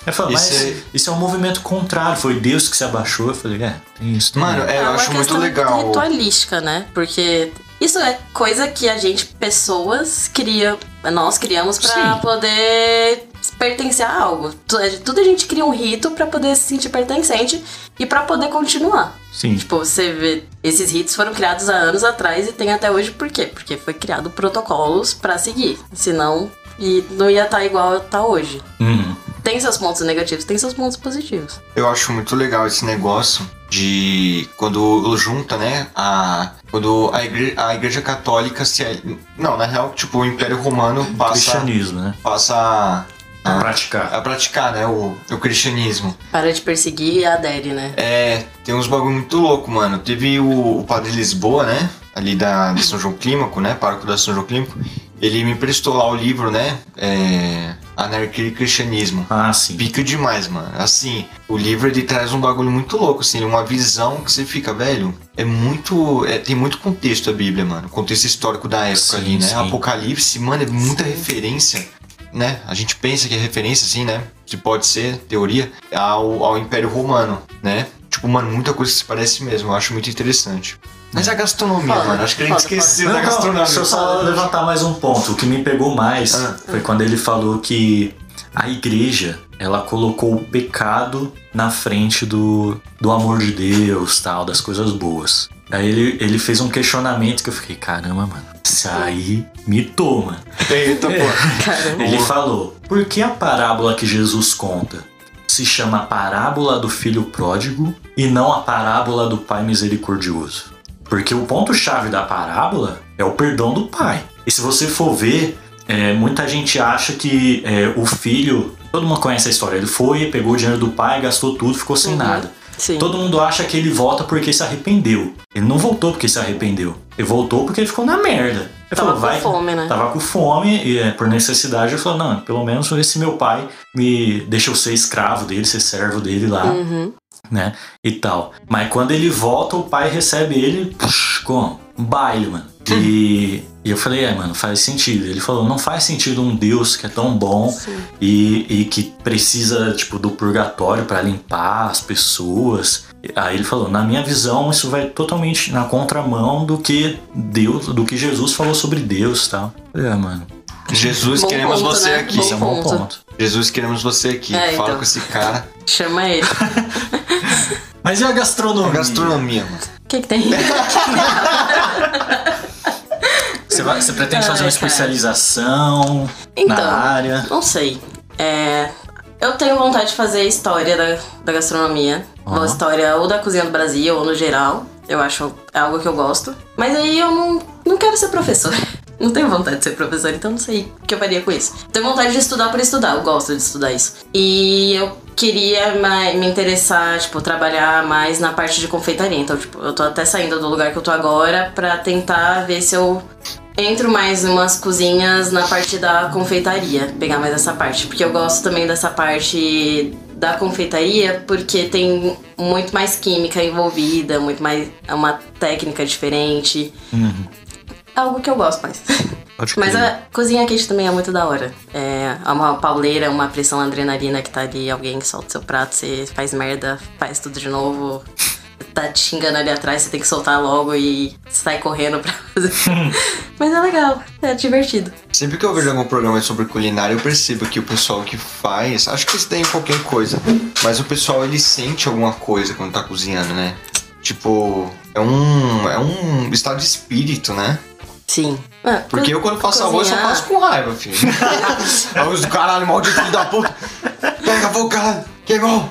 [SPEAKER 1] Eu falo,
[SPEAKER 2] Isso
[SPEAKER 1] mas
[SPEAKER 2] é-
[SPEAKER 1] isso é um movimento contrário, foi Deus que se abaixou. Eu falei, é, tem isso. também.
[SPEAKER 2] Mano, é, eu
[SPEAKER 3] uma
[SPEAKER 2] acho muito
[SPEAKER 3] questão
[SPEAKER 2] legal.
[SPEAKER 3] ritualística, né? Porque isso é coisa que a gente, pessoas, cria. Nós criamos pra
[SPEAKER 1] Sim.
[SPEAKER 3] poder pertencer a algo. Tu- é- Tudo a gente cria um rito pra poder se sentir pertencente e pra poder continuar.
[SPEAKER 1] Sim,
[SPEAKER 3] Tipo, você vê, esses ritos foram criados há anos atrás e tem até hoje por quê? Porque foi criado protocolos pra seguir. Senão, e não ia estar igual tá hoje.
[SPEAKER 1] Uhum.
[SPEAKER 3] Tem seus pontos negativos, tem seus pontos positivos.
[SPEAKER 2] Eu acho muito legal esse negócio de quando junta, né? A, quando a igreja, a igreja católica se. ali- Não, na real, tipo, o Império Romano passa,
[SPEAKER 1] cristianismo, né?
[SPEAKER 2] passa Ah.
[SPEAKER 1] Praticar.
[SPEAKER 2] a praticar, né? O, o cristianismo.
[SPEAKER 3] Para de perseguir e adere, né?
[SPEAKER 2] É, tem uns bagulho muito louco, mano. Teve o, o padre Lisboa, né? Ali da, de São João Clímaco, né? Parco da São João Clímaco. Ele me emprestou lá o livro, né? É, Anarquia e Cristianismo.
[SPEAKER 1] Ah, sim.
[SPEAKER 2] Pica demais, mano. Assim, o livro ele traz um bagulho muito louco, assim, uma visão que você fica, velho. É muito. é, tem muito contexto a Bíblia, mano. Contexto histórico da época
[SPEAKER 1] Sim,
[SPEAKER 2] ali, né?
[SPEAKER 1] sim.
[SPEAKER 2] Apocalipse, mano, é muita
[SPEAKER 3] Sim.
[SPEAKER 2] referência, né? A gente pensa que é referência, assim, né? Se pode ser, teoria, ao, ao Império Romano, né? Tipo, mano, muita coisa se parece mesmo. Eu acho muito interessante. Mas
[SPEAKER 1] É.
[SPEAKER 2] a gastronomia,
[SPEAKER 3] Foda,
[SPEAKER 2] mano. Acho que a gente
[SPEAKER 3] foda,
[SPEAKER 2] esqueceu
[SPEAKER 1] Não,
[SPEAKER 2] da
[SPEAKER 1] não,
[SPEAKER 2] gastronomia.
[SPEAKER 1] se eu só levantar mais um ponto, o que me pegou mais
[SPEAKER 2] Ah.
[SPEAKER 1] foi quando ele falou que a igreja, ela colocou o pecado na frente do, do amor de Deus, tal, das coisas boas. Aí ele, ele fez um questionamento que eu fiquei, caramba, mano, isso aí me toma.
[SPEAKER 2] Eita, pô.
[SPEAKER 3] Caramba.
[SPEAKER 1] Ele falou, por que a parábola que Jesus conta se chama parábola do filho pródigo e não a parábola do pai misericordioso? Porque o ponto-chave da parábola é o perdão do pai. E se você for ver, é, muita gente acha que é, o filho. Todo mundo conhece a história. Ele foi, pegou o dinheiro do pai, gastou tudo, ficou sem
[SPEAKER 3] Uhum.
[SPEAKER 1] nada.
[SPEAKER 3] Sim.
[SPEAKER 1] Todo mundo acha que ele volta porque se arrependeu. Ele não voltou porque se arrependeu. Ele voltou porque ele ficou na merda. Ele
[SPEAKER 3] Tava com
[SPEAKER 1] vai,
[SPEAKER 3] fome, né?
[SPEAKER 1] Tava com fome e é, por necessidade eu falei, não, pelo menos esse meu pai me deixa eu ser escravo dele, ser servo dele lá,
[SPEAKER 3] Uhum.
[SPEAKER 1] né? E tal. Mas quando ele volta, o pai recebe ele psh, com um baile, mano. E, e eu falei, é, mano, faz sentido. Ele falou, não faz sentido um Deus que é tão bom
[SPEAKER 3] Sim.
[SPEAKER 1] e, e que precisa, tipo, do purgatório pra limpar as pessoas. Aí ele falou, na minha visão, isso vai totalmente na contramão do que Deus, do que Jesus falou sobre Deus e tal. Eu falei, É, mano,
[SPEAKER 2] Jesus,
[SPEAKER 3] Bom
[SPEAKER 2] queremos
[SPEAKER 3] ponto,
[SPEAKER 2] você
[SPEAKER 3] né?
[SPEAKER 2] aqui.
[SPEAKER 1] isso é um bom
[SPEAKER 3] ponto.
[SPEAKER 1] ponto.
[SPEAKER 2] Jesus, queremos você aqui.
[SPEAKER 3] É,
[SPEAKER 2] Fala
[SPEAKER 3] então.
[SPEAKER 2] com esse cara.
[SPEAKER 3] Chama ele.
[SPEAKER 1] Mas e a gastronomia?
[SPEAKER 2] Gastronomia, mano.
[SPEAKER 3] O que, que tem?
[SPEAKER 1] Você, vai- você pretende
[SPEAKER 3] Ai,
[SPEAKER 1] fazer uma
[SPEAKER 3] cara.
[SPEAKER 1] especialização na
[SPEAKER 3] Ah, é Então,
[SPEAKER 1] área?
[SPEAKER 3] não sei. É, eu tenho vontade de fazer história da, da gastronomia.
[SPEAKER 1] Aham.
[SPEAKER 3] Ou história ou da cozinha do Brasil, ou no geral. Eu acho é algo que eu gosto. Mas aí eu não, não quero ser professor. Não tenho vontade de ser professor, então não sei o que eu faria com isso. Tenho vontade de estudar por estudar, eu gosto de estudar isso. E eu queria ma- me interessar, tipo, trabalhar mais na parte de confeitaria. Então, tipo, eu tô até saindo do lugar que eu tô agora pra tentar ver se eu entro mais umas cozinhas na parte da confeitaria, pegar mais essa parte, porque eu gosto também dessa parte da confeitaria, porque tem muito mais química envolvida, muito mais é uma técnica diferente,
[SPEAKER 1] Uhum,
[SPEAKER 3] é algo que eu gosto mais.
[SPEAKER 1] pode
[SPEAKER 3] Mas
[SPEAKER 1] crer.
[SPEAKER 3] a cozinha quente também é muito da hora. É é uma pauleira, uma pressão adrenalina que tá ali, alguém solta seu prato, você faz merda, faz tudo de novo. Tá te xingando ali atrás, você tem que soltar logo e sai correndo pra fazer. Mas é legal, é divertido.
[SPEAKER 2] Sempre que eu vejo algum programa sobre culinária, eu percebo que o pessoal que faz, acho que isso daí é qualquer coisa, mas o pessoal ele sente alguma coisa quando tá cozinhando, né? Tipo, é um, é um estado de espírito, né?
[SPEAKER 3] Sim. Ah,
[SPEAKER 2] Porque eu quando faço arroz, eu
[SPEAKER 3] Cozinhar.
[SPEAKER 2] faço com raiva, filho. Aí os caralho, maldito filho da puta. Pega fogo, caralho. Queimou.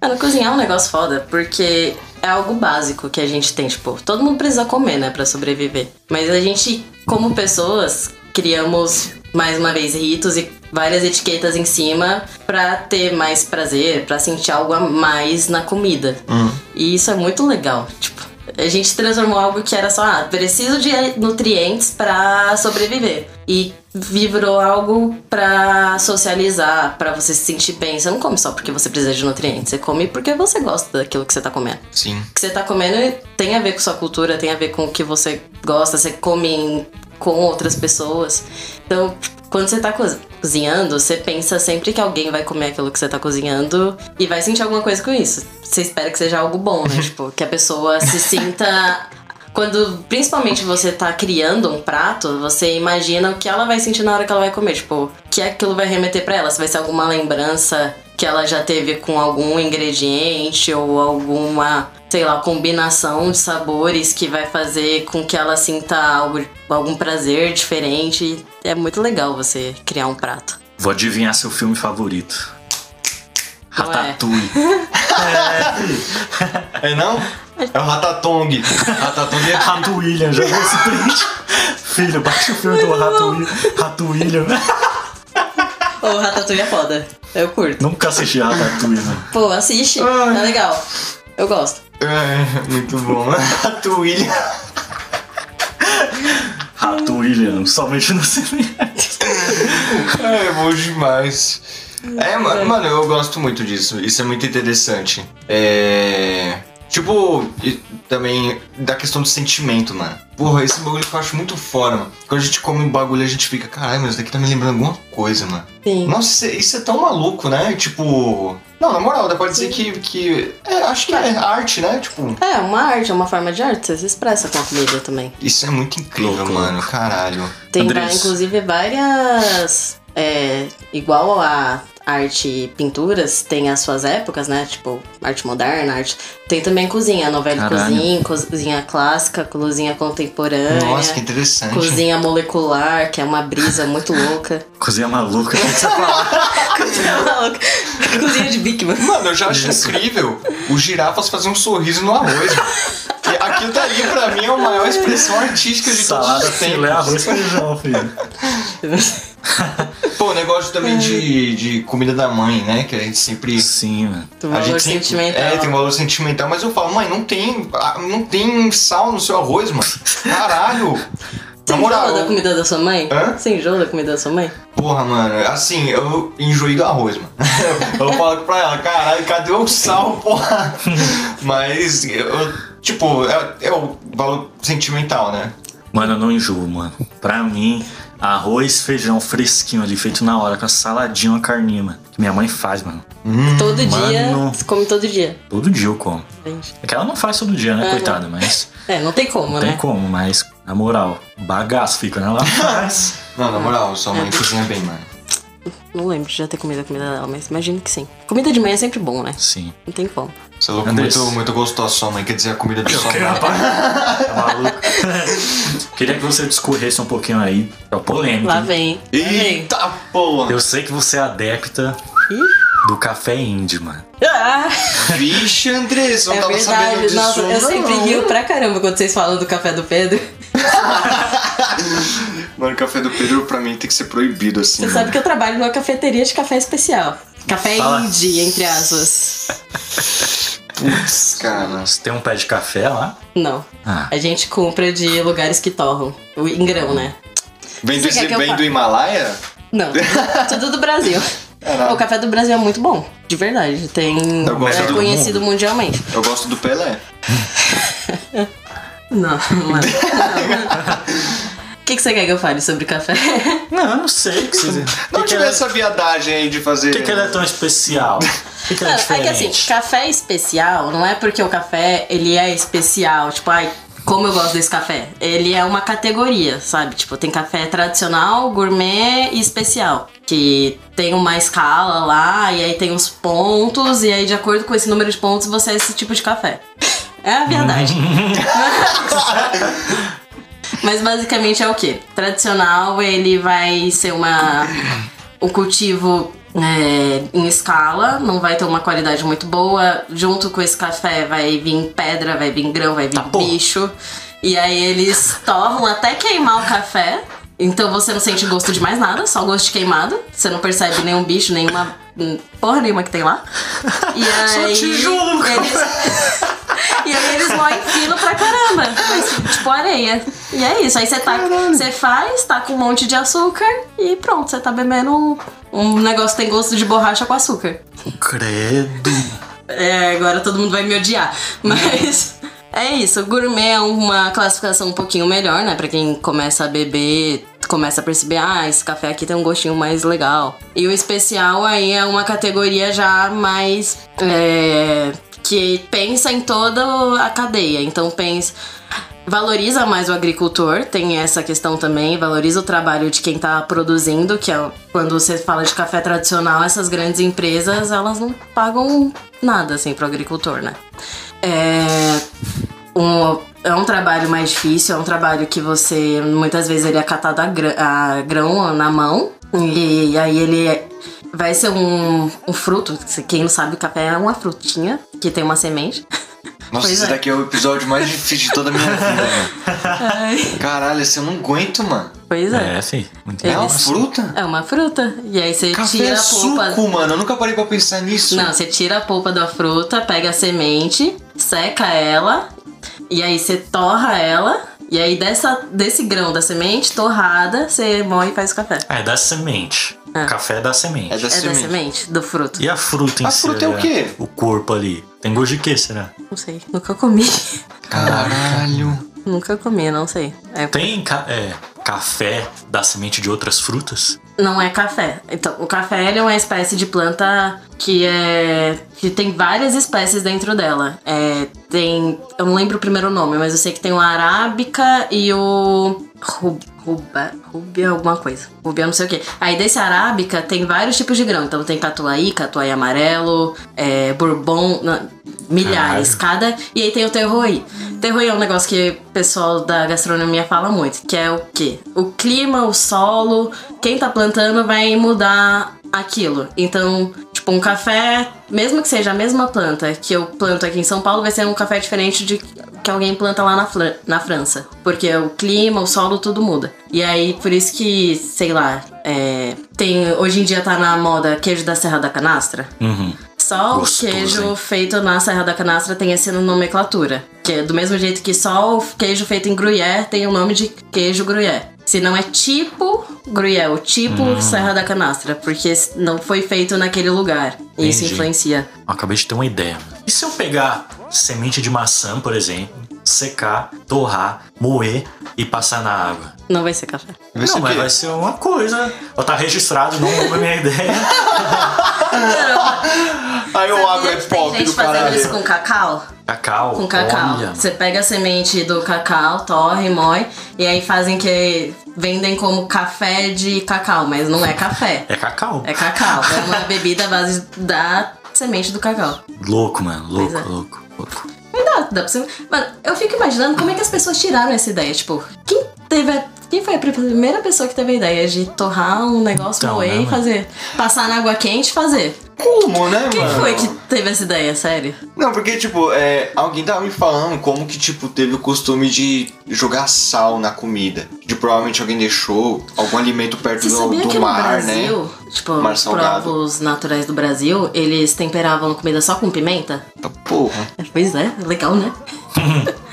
[SPEAKER 3] Mano, cozinhar é um negócio foda, porque é algo básico que a gente tem, tipo, todo mundo precisa comer, né, pra sobreviver. Mas a gente, como pessoas, criamos mais uma vez ritos e várias etiquetas em cima pra ter mais prazer, pra sentir algo a mais na comida.
[SPEAKER 2] Hum.
[SPEAKER 3] E isso é muito legal, tipo, a gente transformou algo que era só, ah, preciso de nutrientes pra sobreviver. E virou algo pra socializar, pra você se sentir bem. Você não come só porque você precisa de nutrientes, você come porque você gosta daquilo que você tá comendo.
[SPEAKER 2] Sim.
[SPEAKER 3] O que você tá comendo tem a ver com sua cultura, tem a ver com o que você gosta, você come em- com outras pessoas. Então, quando você tá coz- cozinhando, você pensa sempre que alguém vai comer aquilo que você tá cozinhando e vai sentir alguma coisa com isso. Você espera que seja algo bom, né? tipo, que a pessoa se sinta. Quando, principalmente, você tá criando um prato, você imagina o que ela vai sentir na hora que ela vai comer. Tipo, o que aquilo vai remeter pra ela? Se vai ser alguma lembrança que ela já teve com algum ingrediente ou alguma, sei lá, combinação de sabores que vai fazer com que ela sinta algo, algum prazer diferente. É muito legal você criar um prato.
[SPEAKER 1] Vou adivinhar seu filme favorito.
[SPEAKER 3] Não é.
[SPEAKER 1] Ratatouille.
[SPEAKER 2] É não? É o Ratatong. Ratatong é
[SPEAKER 1] Rato William, já viu esse print? Filho, baixa o filme do Rato William. Rato William.
[SPEAKER 3] Ou oh, Ratatouille é foda. Eu curto.
[SPEAKER 1] Nunca assisti Ratatouille, mano.
[SPEAKER 3] Pô, assiste.
[SPEAKER 2] Ai.
[SPEAKER 3] É legal. Eu gosto.
[SPEAKER 2] É, muito bom. Ratatouille.
[SPEAKER 1] Rato William, somente no cinema.
[SPEAKER 2] É bom demais. É, ma- mano, eu gosto muito disso. Isso é muito interessante. É. Tipo, e também da questão do sentimento, mano. Porra, esse bagulho que eu acho muito foda, mano. Quando a gente come um bagulho, a gente fica, caralho, mas isso daqui tá me lembrando alguma coisa, mano.
[SPEAKER 3] Sim.
[SPEAKER 2] Nossa, isso é- isso é tão maluco, né? Tipo. Não, na moral, dá pra dizer que. que é, acho que é arte, né? Tipo,
[SPEAKER 3] É, uma arte, é uma forma de arte, você se expressa com a comida também.
[SPEAKER 2] isso é muito incrível,
[SPEAKER 1] Louco.
[SPEAKER 2] mano. Caralho.
[SPEAKER 3] Tem,
[SPEAKER 1] Andrés.
[SPEAKER 3] va- inclusive, várias. é, igual a arte e pinturas, tem as suas épocas, né? Tipo, arte moderna, arte. Tem também cozinha, novela e
[SPEAKER 1] Caralho.
[SPEAKER 3] cozinha, cozinha clássica, cozinha contemporânea.
[SPEAKER 2] Nossa, que interessante.
[SPEAKER 3] Cozinha molecular, que é uma brisa muito louca.
[SPEAKER 1] Cozinha maluca.
[SPEAKER 3] cozinha maluca. Cozinha de Big Mac.
[SPEAKER 2] Mano, eu já acho
[SPEAKER 1] Isso.
[SPEAKER 2] incrível o girafas fazer um sorriso no arroz. mano. E Aquilo dali, pra mim, é a maior expressão artística de
[SPEAKER 1] Salada,
[SPEAKER 2] todos os tempos.
[SPEAKER 1] filé, arroz, feijão, filho.
[SPEAKER 2] Pô, o negócio também de, de comida da mãe, né? Que a gente sempre.
[SPEAKER 1] Sim, mano.
[SPEAKER 3] Do
[SPEAKER 2] a
[SPEAKER 3] valor
[SPEAKER 2] gente sempre-
[SPEAKER 3] sentimental.
[SPEAKER 2] É, tem um valor sentimental, mas eu falo, mãe, não tem, ah, não tem sal no seu arroz, mano. Caralho!
[SPEAKER 3] Você
[SPEAKER 2] Na
[SPEAKER 3] enjoa
[SPEAKER 2] moral.
[SPEAKER 3] da comida da sua mãe?
[SPEAKER 2] Hã?
[SPEAKER 3] Você enjoa da comida da sua mãe?
[SPEAKER 2] Porra, mano, assim, eu enjoei do arroz, mano. Eu falo pra ela, caralho, cadê o sal, porra? Mas, eu, tipo, é, é o valor sentimental, né?
[SPEAKER 1] Mano, eu não enjoo, mano. Pra mim, arroz, feijão fresquinho ali, feito na hora, com a saladinha, uma carninha, mano. Que minha mãe faz, mano.
[SPEAKER 2] Hum,
[SPEAKER 3] Todo dia,
[SPEAKER 1] Mano.
[SPEAKER 3] você come todo dia.
[SPEAKER 1] Todo dia eu como.
[SPEAKER 3] gente.
[SPEAKER 1] É que ela não faz todo dia, né, coitada, mas
[SPEAKER 3] É, não tem como,
[SPEAKER 1] não
[SPEAKER 3] né?
[SPEAKER 1] tem como, mas na moral, bagaço fica, né? Ela faz.
[SPEAKER 2] Não, na moral, sua mãe cozinha bem, mano.
[SPEAKER 3] Não lembro de já ter comido a comida dela, mas imagino que sim. Comida de manhã é sempre bom, né?
[SPEAKER 1] Sim.
[SPEAKER 3] Não tem como.
[SPEAKER 2] Você é louco,
[SPEAKER 1] Andrés.
[SPEAKER 2] muito, muito gostosa sua mãe, quer dizer, a comida da sua mãe.
[SPEAKER 1] Tá maluco? Queria que você discorresse um pouquinho aí. É o polêmico.
[SPEAKER 3] Lá
[SPEAKER 1] hein?
[SPEAKER 3] vem. Lá vem.
[SPEAKER 2] Eita porra!
[SPEAKER 1] Eu sei que você é adepta
[SPEAKER 3] Ih.
[SPEAKER 1] do café indie, mano.
[SPEAKER 3] Ah,
[SPEAKER 2] Vixe, Andrés, não
[SPEAKER 3] é
[SPEAKER 2] tava sabendo
[SPEAKER 3] verdade.
[SPEAKER 2] disso.
[SPEAKER 3] Nossa, eu
[SPEAKER 2] não.
[SPEAKER 3] sempre rio pra caramba quando vocês falam do café do Pedro.
[SPEAKER 2] Mano, café do Pedro pra mim tem que ser proibido assim.
[SPEAKER 3] Você
[SPEAKER 2] né?
[SPEAKER 3] sabe que eu trabalho numa cafeteria de café especial. Café
[SPEAKER 1] Fala.
[SPEAKER 3] indie, entre aspas.
[SPEAKER 2] Putz, cara.
[SPEAKER 1] Você tem um pé de café lá?
[SPEAKER 3] Não.
[SPEAKER 1] Ah.
[SPEAKER 3] A gente compra de lugares que torram. O em grão, né?
[SPEAKER 2] Vem do,
[SPEAKER 3] Você quer que eu
[SPEAKER 2] vem
[SPEAKER 3] fale?
[SPEAKER 2] do Himalaia?
[SPEAKER 3] Não. Tudo do Brasil.
[SPEAKER 2] Caralho.
[SPEAKER 3] O café do Brasil é muito bom. De verdade. Tem.
[SPEAKER 2] Eu gosto
[SPEAKER 3] É
[SPEAKER 2] do
[SPEAKER 3] conhecido mundialmente.
[SPEAKER 2] Eu gosto do Pelé.
[SPEAKER 3] Não, mano. O que, que você quer que eu fale sobre café?
[SPEAKER 1] Não, eu não sei. O que, você-
[SPEAKER 2] Não tipo,
[SPEAKER 1] que, é? que,
[SPEAKER 2] tive
[SPEAKER 1] ela-
[SPEAKER 2] essa viadagem aí de fazer.
[SPEAKER 1] que que ela é tão especial? O que, que ela é
[SPEAKER 3] Não, é que
[SPEAKER 1] diferente?
[SPEAKER 3] assim, café especial não é porque o café ele é especial, tipo, ai, como eu gosto desse café. Ele é uma categoria, sabe? Tipo, tem café tradicional, gourmet e especial. Que tem uma escala lá, e aí tem os pontos, e aí de acordo com esse número de pontos você é esse tipo de café. É a verdade. Mas basicamente é o quê? Tradicional, ele vai ser uma o cultivo é, em escala, não vai ter uma qualidade muito boa. Junto com esse café vai vir pedra, vai vir grão, vai vir
[SPEAKER 1] Tá, pô.
[SPEAKER 3] bicho. E aí eles torram até queimar o café. Então você não sente gosto de mais nada, só gosto de queimado. Você não percebe nenhum bicho, nenhuma hum, porra nenhuma que tem lá. E
[SPEAKER 1] Só
[SPEAKER 3] aí
[SPEAKER 1] tijolo no
[SPEAKER 3] eles... E aí eles moem fino pra caramba. Mas, tipo areia. E é isso. Aí você tá, você faz, tá com um monte de açúcar e pronto, você tá bebendo um, um negócio que tem gosto de borracha com açúcar.
[SPEAKER 1] Credo.
[SPEAKER 3] É, agora todo mundo vai me odiar. Mas é isso. Gourmet é uma classificação um pouquinho melhor, né? Pra quem começa a beber, começa a perceber, ah, esse café aqui tem um gostinho mais legal. E o especial aí é uma categoria já mais. é, que pensa em toda a cadeia. Então pensa. Valoriza mais o agricultor, tem essa questão também, valoriza o trabalho de quem tá produzindo, que é quando você fala de café tradicional, essas grandes empresas, elas não pagam nada assim pro agricultor, né? É um, é um trabalho mais difícil, é um trabalho que você muitas vezes ele é catado a, gra- a grão na mão e aí ele é- vai ser um, um fruto. Quem não sabe, o café é uma frutinha que tem uma semente.
[SPEAKER 2] Nossa,
[SPEAKER 3] Pois
[SPEAKER 2] esse
[SPEAKER 3] é.
[SPEAKER 2] daqui é o episódio mais difícil de toda a minha vida, mano. Caralho, esse eu não aguento, mano.
[SPEAKER 3] Pois é.
[SPEAKER 1] É, filho. Muito
[SPEAKER 2] É
[SPEAKER 1] bom.
[SPEAKER 2] uma fruta?
[SPEAKER 3] É uma fruta. E aí você
[SPEAKER 2] Café
[SPEAKER 3] tira
[SPEAKER 2] é
[SPEAKER 3] a polpa.
[SPEAKER 2] suco, mano. Eu nunca parei pra pensar nisso.
[SPEAKER 3] Não, você tira a polpa da fruta, pega a semente, seca ela, e aí você torra ela, E aí, dessa, desse grão da semente torrada, você moe e faz o café.
[SPEAKER 1] É da semente.
[SPEAKER 3] É.
[SPEAKER 1] Café é da semente.
[SPEAKER 2] É da
[SPEAKER 3] É da
[SPEAKER 2] semente.
[SPEAKER 3] semente, do fruto.
[SPEAKER 1] E a fruta em
[SPEAKER 2] A
[SPEAKER 1] si,
[SPEAKER 2] fruta é o
[SPEAKER 1] né?
[SPEAKER 2] quê?
[SPEAKER 1] O corpo ali. Tem gosto de quê, será?
[SPEAKER 3] Não sei. Nunca comi.
[SPEAKER 2] Caralho.
[SPEAKER 3] Nunca comi, não sei. É-
[SPEAKER 1] Tem ca- é, café da semente de outras frutas?
[SPEAKER 3] não é café. Então, o café ele é uma espécie de planta que é. que tem várias espécies dentro dela. É, tem. Eu não lembro o primeiro nome, mas eu sei que tem o arábica e o. ru- Ruba, rubia alguma coisa. Rubia não sei o que. Aí desse arábica tem vários tipos de grão. Então tem catuai, catuai amarelo, é, bourbon. não, milhares.
[SPEAKER 1] Caralho.
[SPEAKER 3] cada. E aí tem o terroir. Terroir é um negócio que o pessoal da gastronomia fala muito, que é o quê? O clima, o solo, quem tá plantando vai mudar aquilo. Então, tipo, um café, mesmo que seja a mesma planta que eu planto aqui em São Paulo, vai ser um café diferente de que alguém planta lá na, Fran- na França. Porque o clima, o solo, tudo muda. E aí, por isso que, sei lá, é, tem. Hoje em dia tá na moda queijo da Serra da Canastra.
[SPEAKER 1] Uhum.
[SPEAKER 3] Só
[SPEAKER 1] Gostoso,
[SPEAKER 3] o queijo
[SPEAKER 1] hein?
[SPEAKER 3] feito na Serra da Canastra tem essa nomenclatura. Que é do mesmo jeito que só o queijo feito em Gruyère tem o nome de queijo Gruyère. Se não é tipo Gruyère, o tipo Serra da Canastra, porque não foi feito naquele lugar. E isso
[SPEAKER 1] Entendi.
[SPEAKER 3] influencia.
[SPEAKER 1] Eu Acabei de ter uma ideia. E se eu pegar semente de maçã, por exemplo, secar, torrar, moer e passar na água?
[SPEAKER 3] Não vai ser café.
[SPEAKER 2] Vai ser
[SPEAKER 1] não,
[SPEAKER 2] o
[SPEAKER 1] mas
[SPEAKER 2] quê?
[SPEAKER 1] vai ser uma coisa. Ó, tá registrado, não rouba minha ideia.
[SPEAKER 2] Aí o água
[SPEAKER 3] Sabia
[SPEAKER 2] é
[SPEAKER 3] que tem
[SPEAKER 2] pop
[SPEAKER 3] gente
[SPEAKER 2] do
[SPEAKER 3] fazendo isso
[SPEAKER 2] caralho.
[SPEAKER 3] com cacau?
[SPEAKER 1] Cacau.
[SPEAKER 3] Com cacau.
[SPEAKER 1] Olha,
[SPEAKER 3] Você pega a semente do cacau, torre, moe, e aí fazem que vendem como café de cacau, mas não é café.
[SPEAKER 1] é cacau.
[SPEAKER 3] É cacau. É uma bebida à base da semente do cacau.
[SPEAKER 1] Louco, mano. Louco,
[SPEAKER 3] Pois é.
[SPEAKER 1] louco, louco.
[SPEAKER 3] Mas dá, dá pra você. Mano, eu fico imaginando como é que as pessoas tiraram essa ideia. Tipo, quem teve a. Quem foi a primeira pessoa que teve a ideia de torrar um negócio,
[SPEAKER 1] Então,
[SPEAKER 3] moer
[SPEAKER 1] né,
[SPEAKER 3] e
[SPEAKER 1] mano?
[SPEAKER 3] fazer? Passar na água quente e fazer?
[SPEAKER 2] Como, né,
[SPEAKER 3] Quem
[SPEAKER 2] mano?
[SPEAKER 3] foi tipo? que teve essa ideia, sério?
[SPEAKER 2] Não, porque, tipo, é, alguém tava me falando como que, tipo, teve o costume de jogar sal na comida. De provavelmente alguém deixou algum alimento perto
[SPEAKER 3] Você
[SPEAKER 2] do,
[SPEAKER 3] sabia
[SPEAKER 2] do
[SPEAKER 3] que
[SPEAKER 2] mar,
[SPEAKER 3] no Brasil,
[SPEAKER 2] né?
[SPEAKER 3] tipo,
[SPEAKER 2] Mar
[SPEAKER 3] os
[SPEAKER 2] salgado.
[SPEAKER 3] povos naturais do Brasil, eles temperavam comida só com pimenta?
[SPEAKER 2] Tá Porra.
[SPEAKER 3] Pois é, legal, né?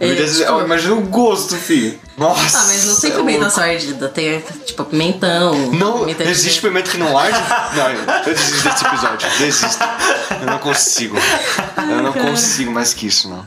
[SPEAKER 3] É,
[SPEAKER 2] Meu Deus,
[SPEAKER 3] tipo,
[SPEAKER 2] eu imagino o gosto, filho. Nossa.
[SPEAKER 3] Ah, mas não tem
[SPEAKER 2] é
[SPEAKER 3] pimenta
[SPEAKER 2] louco.
[SPEAKER 3] só ardida. Tem, tipo, pimentão.
[SPEAKER 2] Não,
[SPEAKER 3] pimenta de-
[SPEAKER 2] existe pimenta que não arde? Não, eu- eu desisto desse episódio. eu Desisto. Eu não consigo. Eu não consigo mais que isso, não.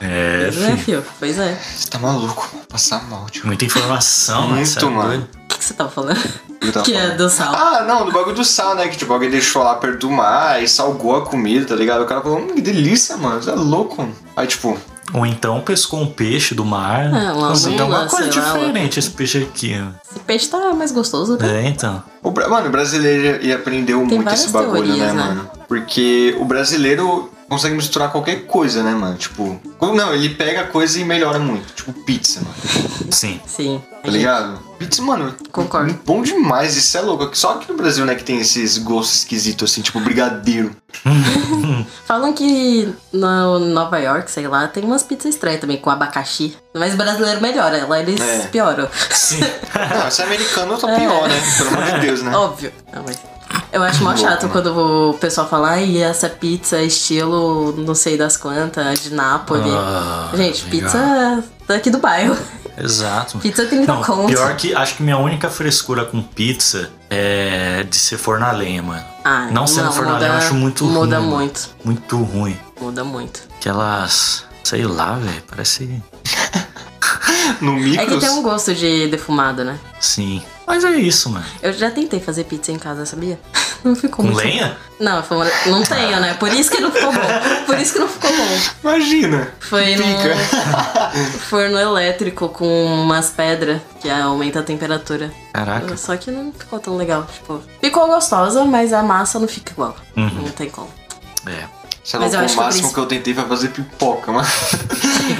[SPEAKER 1] É,
[SPEAKER 3] Pois é,
[SPEAKER 1] filho.
[SPEAKER 3] fio. Pois é.
[SPEAKER 2] Você tá maluco? Vou Passar mal, tio.
[SPEAKER 1] Muita informação, né,
[SPEAKER 2] Muito,
[SPEAKER 1] Marcelo.
[SPEAKER 2] mano.
[SPEAKER 3] O que, que você tava falando?
[SPEAKER 2] Eu tava
[SPEAKER 3] que é
[SPEAKER 2] Tá falando.
[SPEAKER 3] do sal.
[SPEAKER 2] Ah, não, do bagulho do sal, né? Que tipo, alguém deixou lá perto do mar e salgou a comida, tá ligado? O cara falou, hum, que delícia, mano, você é louco. Aí, tipo,
[SPEAKER 1] Ou então pescou um peixe do mar.
[SPEAKER 3] Ah, uma
[SPEAKER 1] Nossa, então é
[SPEAKER 3] lula,
[SPEAKER 1] uma coisa
[SPEAKER 3] sei lá, uma-
[SPEAKER 1] diferente esse peixe aqui. ó.
[SPEAKER 3] Esse peixe tá mais gostoso, né?
[SPEAKER 1] É, então.
[SPEAKER 2] o bra- mano, o brasileiro ia aprendeu muito
[SPEAKER 3] várias
[SPEAKER 2] esse bagulho,
[SPEAKER 3] teorias,
[SPEAKER 2] né,
[SPEAKER 3] né?
[SPEAKER 2] mano? Porque o brasileiro consegue misturar qualquer coisa, né, mano? Tipo, como- não, ele pega a coisa e melhora muito. Tipo, pizza, mano,
[SPEAKER 1] Sim.
[SPEAKER 3] Sim.
[SPEAKER 2] tá ligado? Pizza, mano,
[SPEAKER 3] Concordo.
[SPEAKER 2] bom demais, isso é louco. Só aqui no Brasil, né, que tem esses gostos esquisitos, assim, tipo, brigadeiro.
[SPEAKER 3] Falam que no Nova York, sei lá, tem umas pizzas estranhas também com abacaxi. Mas brasileiro melhora, lá eles
[SPEAKER 2] É.
[SPEAKER 3] pioram.
[SPEAKER 1] Sim.
[SPEAKER 2] Não, se é americano, tá pior, né? Pelo amor
[SPEAKER 3] É.
[SPEAKER 2] de Deus, né?
[SPEAKER 3] Óbvio. Não, mas eu acho mó
[SPEAKER 2] Louco,
[SPEAKER 3] chato
[SPEAKER 2] né?
[SPEAKER 3] quando o pessoal fala, ai, essa pizza é estilo não sei das quantas, de Nápoles.
[SPEAKER 1] Ah,
[SPEAKER 3] Gente,
[SPEAKER 1] legal.
[SPEAKER 3] pizza daqui do bairro.
[SPEAKER 1] Exato.
[SPEAKER 3] Pizza tem
[SPEAKER 1] Não,
[SPEAKER 3] conta.
[SPEAKER 1] pior que acho que minha única frescura com pizza é de ser for na lenha, mano.
[SPEAKER 3] Ah,
[SPEAKER 1] Não sendo for na lenha, eu acho muito
[SPEAKER 3] Muda
[SPEAKER 1] ruim.
[SPEAKER 3] muito.
[SPEAKER 1] Muito ruim.
[SPEAKER 3] Muda muito.
[SPEAKER 1] Aquelas. Sei lá, velho. Parece.
[SPEAKER 2] No
[SPEAKER 3] É que
[SPEAKER 2] micros.
[SPEAKER 3] tem um gosto de defumado, né?
[SPEAKER 1] Sim. Mas é isso, mano.
[SPEAKER 3] Eu já tentei fazer pizza em casa, sabia? Não ficou
[SPEAKER 1] Com
[SPEAKER 3] muito.
[SPEAKER 1] lenha?
[SPEAKER 3] Não, foi uma- não tenho, né? Por isso que não ficou bom. Por isso que não ficou bom.
[SPEAKER 2] Imagina.
[SPEAKER 3] Foi
[SPEAKER 2] Fica.
[SPEAKER 3] no forno elétrico com umas pedras que aumenta a temperatura.
[SPEAKER 1] Caraca.
[SPEAKER 3] Só que não ficou tão legal. Tipo, ficou gostosa, mas a massa não fica igual.
[SPEAKER 1] Uhum.
[SPEAKER 3] Não tem como.
[SPEAKER 1] É.
[SPEAKER 2] Sei lá,
[SPEAKER 3] Mas eu acho
[SPEAKER 2] o
[SPEAKER 3] que o
[SPEAKER 2] máximo
[SPEAKER 3] princi-
[SPEAKER 2] que eu tentei foi fazer pipoca, mano.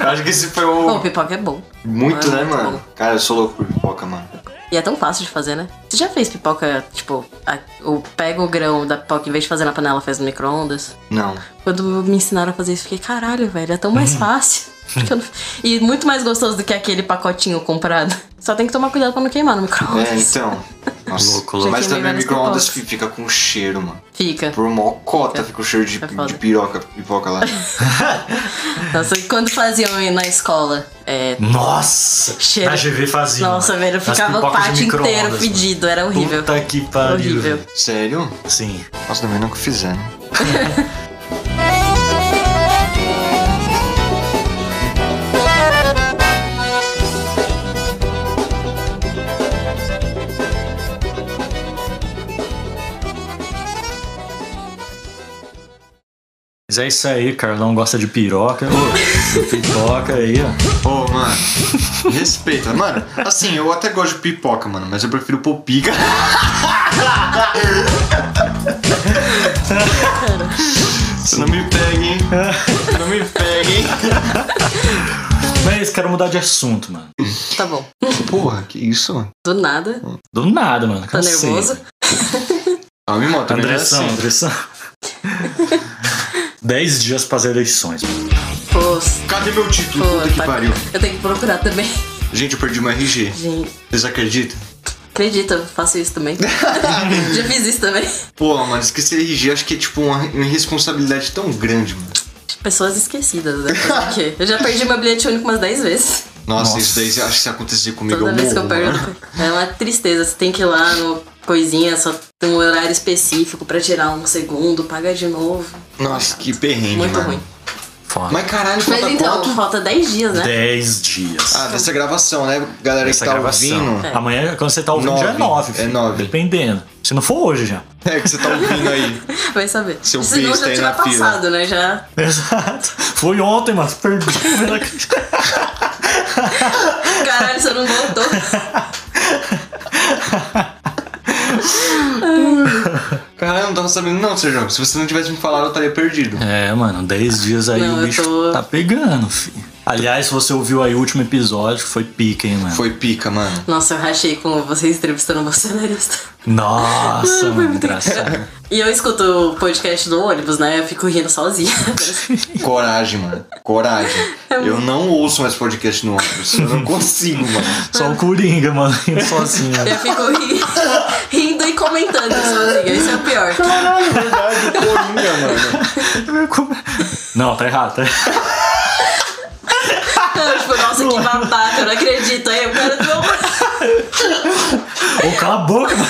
[SPEAKER 2] eu acho que esse foi o.
[SPEAKER 3] Pô, o pipoca é bom.
[SPEAKER 2] muito,
[SPEAKER 3] é
[SPEAKER 2] né,
[SPEAKER 3] muito
[SPEAKER 2] mano? Cara, eu sou louco por pipoca, mano.
[SPEAKER 3] E é tão fácil de fazer, né? Você já fez pipoca, tipo, a, ou pega o grão da pipoca, em vez de fazer na panela, faz no micro-ondas?
[SPEAKER 2] Não.
[SPEAKER 3] Quando me ensinaram a fazer isso, eu fiquei, caralho, velho, é tão mais
[SPEAKER 1] Uhum.
[SPEAKER 3] fácil. Porque eu não- E muito mais gostoso do que aquele pacotinho comprado. Só tem que tomar cuidado pra não queimar
[SPEAKER 2] É,
[SPEAKER 3] no micro-ondas.
[SPEAKER 2] então. Nossa.
[SPEAKER 1] Louco, louco.
[SPEAKER 3] Gente,
[SPEAKER 2] Mas também
[SPEAKER 3] várias
[SPEAKER 2] micro-ondas
[SPEAKER 3] pipocas.
[SPEAKER 2] fica com cheiro, mano.
[SPEAKER 3] Fica.
[SPEAKER 2] Por mocota
[SPEAKER 3] Fica.
[SPEAKER 2] fica o cheiro de,
[SPEAKER 3] É foda.
[SPEAKER 2] de piroca, pipoca lá.
[SPEAKER 3] Nossa, e quando faziam aí na escola? É,
[SPEAKER 1] Nossa!
[SPEAKER 3] Cheiro.
[SPEAKER 1] Na GV fazia.
[SPEAKER 3] Nossa,
[SPEAKER 1] mano.
[SPEAKER 3] velho,
[SPEAKER 1] As
[SPEAKER 3] ficava o
[SPEAKER 1] pipocas de
[SPEAKER 3] pátio
[SPEAKER 1] micro-ondas,
[SPEAKER 3] inteiro
[SPEAKER 1] mano.
[SPEAKER 3] fedido, era horrível.
[SPEAKER 1] Puta que pariu.
[SPEAKER 3] Horrível.
[SPEAKER 1] velho.
[SPEAKER 2] Sério?
[SPEAKER 1] Sim.
[SPEAKER 2] Nossa, também nunca fizeram.
[SPEAKER 1] Mas é isso aí, Carlão gosta de piroca. Ô, pipoca aí, ó.
[SPEAKER 2] Ô, mano, respeita. Mano, assim, eu até gosto de pipoca, mano, mas eu prefiro popica. Não me pegue, hein? Não me pegue, hein?
[SPEAKER 1] Mas quero mudar de assunto, mano.
[SPEAKER 3] Tá bom.
[SPEAKER 2] Porra, que isso, mano?
[SPEAKER 3] Do nada,
[SPEAKER 1] Do nada, mano.
[SPEAKER 3] tá
[SPEAKER 1] Hum, cansei. Tá
[SPEAKER 3] nervoso.
[SPEAKER 2] Ah, me moto,
[SPEAKER 1] Andressão,
[SPEAKER 2] tá
[SPEAKER 1] Andressão. Dez dias para as eleições. mano.
[SPEAKER 3] Pô,
[SPEAKER 2] Cadê meu título?
[SPEAKER 3] pô,
[SPEAKER 2] Puta que
[SPEAKER 3] tá-
[SPEAKER 2] pariu.
[SPEAKER 3] Eu tenho que procurar também.
[SPEAKER 2] Gente, eu perdi meu RG.
[SPEAKER 3] Gente,
[SPEAKER 2] Vocês acreditam?
[SPEAKER 3] acredita, eu faço isso também. Já fiz isso também.
[SPEAKER 2] Pô, mano, esquecer RG acho que é tipo uma, uma irresponsabilidade tão grande, mano.
[SPEAKER 3] Pessoas esquecidas, né? Porque eu já perdi meu bilhete único umas 10 vezes.
[SPEAKER 2] Nossa,
[SPEAKER 1] Nossa.
[SPEAKER 2] isso daí acho que se acontecer comigo
[SPEAKER 3] Toda
[SPEAKER 2] eu
[SPEAKER 3] vez que
[SPEAKER 2] morro. né?
[SPEAKER 3] eu perco. É uma tristeza. Você tem que ir lá no coisinha, só tem um horário específico pra tirar um segundo, paga de novo.
[SPEAKER 2] mano. Nossa, que perrengue,
[SPEAKER 3] Muito
[SPEAKER 2] mano.
[SPEAKER 3] ruim.
[SPEAKER 1] Foda.
[SPEAKER 2] Mas caralho,
[SPEAKER 3] Mas
[SPEAKER 2] falta
[SPEAKER 3] então,
[SPEAKER 2] quanto?
[SPEAKER 3] falta 10 dias, né?
[SPEAKER 1] Dez dias.
[SPEAKER 2] Ah, dessa gravação, né? Galera
[SPEAKER 1] Essa
[SPEAKER 2] que tá
[SPEAKER 1] gravação.
[SPEAKER 2] ouvindo.
[SPEAKER 3] É.
[SPEAKER 1] Amanhã, quando você tá ouvindo, já é
[SPEAKER 2] Nove.
[SPEAKER 1] nove.
[SPEAKER 2] É
[SPEAKER 1] filho.
[SPEAKER 2] nove.
[SPEAKER 1] Dependendo. Se não for hoje já.
[SPEAKER 2] É que você tá ouvindo aí.
[SPEAKER 3] Vai saber.
[SPEAKER 2] Seu
[SPEAKER 3] Se não,
[SPEAKER 2] besta
[SPEAKER 3] já
[SPEAKER 2] aí
[SPEAKER 3] tinha
[SPEAKER 2] na fila.
[SPEAKER 3] passado, né? Já.
[SPEAKER 1] Exato. Foi ontem, mas perdi.
[SPEAKER 3] Caralho, você não voltou.
[SPEAKER 2] Caralho, eu não tava sabendo não, Sérgio. Se você não tivesse me falado, eu estaria perdido.
[SPEAKER 1] é, mano, dez dias aí
[SPEAKER 3] Não,
[SPEAKER 1] o
[SPEAKER 3] eu
[SPEAKER 1] bicho
[SPEAKER 3] tô-
[SPEAKER 1] tá pegando, filho. Aliás, se você ouviu aí o último episódio, foi pica, hein, mano.
[SPEAKER 2] Foi pica, mano.
[SPEAKER 3] Nossa, eu rachei com você entrevistando um bolsonarista.
[SPEAKER 1] Nossa, mano,
[SPEAKER 2] né?
[SPEAKER 1] engraçado.
[SPEAKER 3] E eu escuto o podcast do ônibus, né? Eu fico rindo sozinha.
[SPEAKER 2] Coragem, mano. Coragem.
[SPEAKER 3] É um
[SPEAKER 2] Eu não ouço mais podcast no ônibus. Eu não consigo, mano.
[SPEAKER 1] Só o Coringa, mano, indo sozinho.
[SPEAKER 2] É.
[SPEAKER 3] Eu fico ri- rindo e comentando sozinha. Isso é o pior.
[SPEAKER 2] Caralho, verdade, o Coringa, Tá mano.
[SPEAKER 1] Não, tá errado, tá errado.
[SPEAKER 3] Eu, tipo, nossa, que babaca, eu não acredito. Aí o cara do meu
[SPEAKER 1] Ô, cala a boca, mano.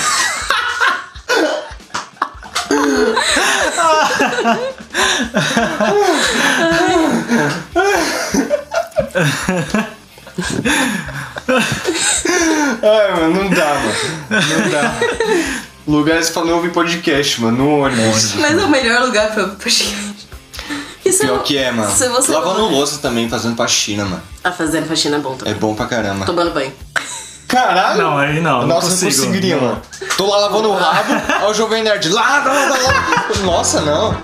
[SPEAKER 2] Ai, mano, não dá, mano. Não dá. Lugares pra não ouvir podcast, mano. No ônibus.
[SPEAKER 3] Mas é o melhor lugar pra podcast. Isso
[SPEAKER 2] Pior que é, mano.
[SPEAKER 3] Se você
[SPEAKER 2] Lavando
[SPEAKER 3] não...
[SPEAKER 2] louça também, fazendo faxina, mano.
[SPEAKER 3] Ah, fazendo faxina é bom também.
[SPEAKER 2] É bom pra caramba.
[SPEAKER 3] Tomando banho.
[SPEAKER 2] Caralho!
[SPEAKER 1] Não, aí não, não
[SPEAKER 2] Nossa,
[SPEAKER 1] consigo.
[SPEAKER 2] não conseguiria,
[SPEAKER 1] Não.
[SPEAKER 2] mano. Tô lá lavando o rabo, aí o Jovem Nerd. Lava, lava, lava. Nossa, não.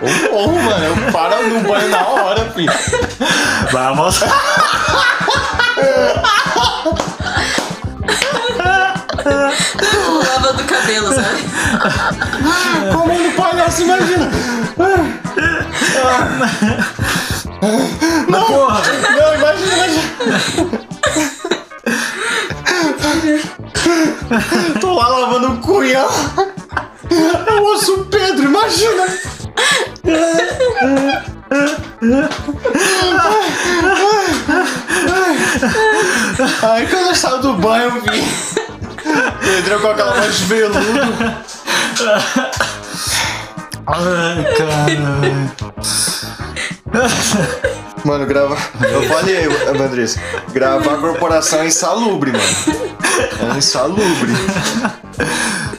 [SPEAKER 2] Eu morro, mano. Eu paro no banho na hora, filho.
[SPEAKER 1] Vamos.
[SPEAKER 3] Ou lava do cabelo, sabe?
[SPEAKER 2] Como no palhaço, imagina.
[SPEAKER 1] Não, porra.
[SPEAKER 2] Não, imagina, imagina. Tô lá lavando o cunhão. Eu ouço o Pedro, imagina. Ai, quando eu saio do banho, eu vi. Pedro com aquela voz de veludo.
[SPEAKER 1] Ai, cara.
[SPEAKER 2] Mano, gravar. Eu falei, Andressa. Gravar corporação é insalubre, mano. É insalubre.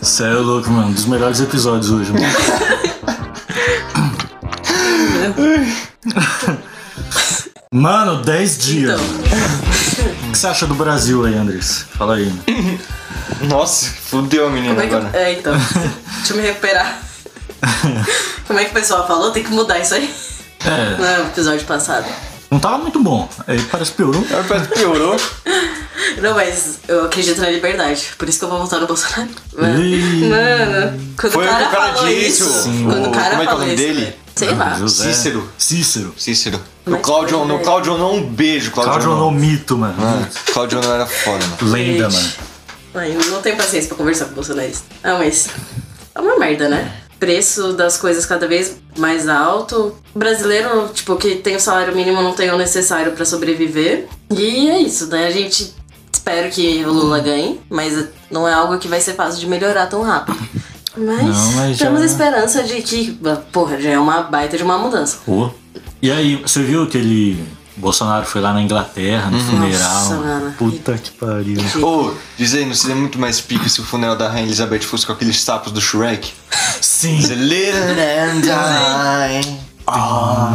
[SPEAKER 1] Cê é louco, mano. Um dos melhores episódios hoje, mano. Mano, 10 dias.
[SPEAKER 3] Então.
[SPEAKER 1] O que você acha do Brasil aí, Andrés? Fala aí. Né?
[SPEAKER 2] Nossa, fudeu a menina
[SPEAKER 3] Como é que.
[SPEAKER 2] agora.
[SPEAKER 3] eu- É, então. Deixa eu me recuperar. Como é que o pessoal falou? Tem que mudar isso aí.
[SPEAKER 1] É,
[SPEAKER 3] No episódio passado.
[SPEAKER 1] não tava muito bom. Aí parece que piorou.
[SPEAKER 2] Agora parece É que piorou.
[SPEAKER 3] Não, mas eu acredito na liberdade. Por isso que eu vou votar no Bolsonaro. Mano,
[SPEAKER 1] Ih.
[SPEAKER 3] mano, quando
[SPEAKER 2] Foi
[SPEAKER 3] o
[SPEAKER 2] o que
[SPEAKER 3] cara,
[SPEAKER 2] o cara
[SPEAKER 3] falou
[SPEAKER 2] disse,
[SPEAKER 3] isso.
[SPEAKER 2] sim.
[SPEAKER 3] Quando
[SPEAKER 2] O-
[SPEAKER 3] o cara
[SPEAKER 2] como é que é o
[SPEAKER 3] falou
[SPEAKER 2] nome
[SPEAKER 3] isso.
[SPEAKER 2] dele?
[SPEAKER 3] velho. Sei lá.
[SPEAKER 1] José.
[SPEAKER 2] Cícero.
[SPEAKER 1] é. Cícero.
[SPEAKER 2] Cícero. No
[SPEAKER 3] Mas
[SPEAKER 2] Claudio,
[SPEAKER 3] foi,
[SPEAKER 2] no
[SPEAKER 3] né?
[SPEAKER 2] Claudio não, um beijo, Claudio.
[SPEAKER 1] Claudio não
[SPEAKER 2] não.
[SPEAKER 1] mito, mano.
[SPEAKER 2] Claudio não era foda, mano.
[SPEAKER 1] Lenda,
[SPEAKER 3] Gente.
[SPEAKER 1] mano.
[SPEAKER 3] Ai, eu não tenho paciência pra conversar com bolsonarista. Ah, mas é uma merda, né? Preço das coisas cada vez mais alto. Brasileiro, tipo, que tem o salário mínimo não tem o necessário pra sobreviver. E é isso, né? A gente espero que o Lula ganhe, mas não é algo que vai ser fácil de melhorar tão rápido. Mas,
[SPEAKER 1] Não, mas já- é.
[SPEAKER 3] temos esperança de que, porra, já é uma baita de uma mudança.
[SPEAKER 1] Pô. E aí, você viu aquele. Bolsonaro foi lá na Inglaterra, no funeral.
[SPEAKER 3] Nossa, mano.
[SPEAKER 1] Puta que pariu.
[SPEAKER 2] Ou, dizendo, seria muito mais pica se o funeral da Rainha Elizabeth fosse com aqueles sapos do Shrek.
[SPEAKER 1] Sim.
[SPEAKER 2] Living and die.
[SPEAKER 1] Ah.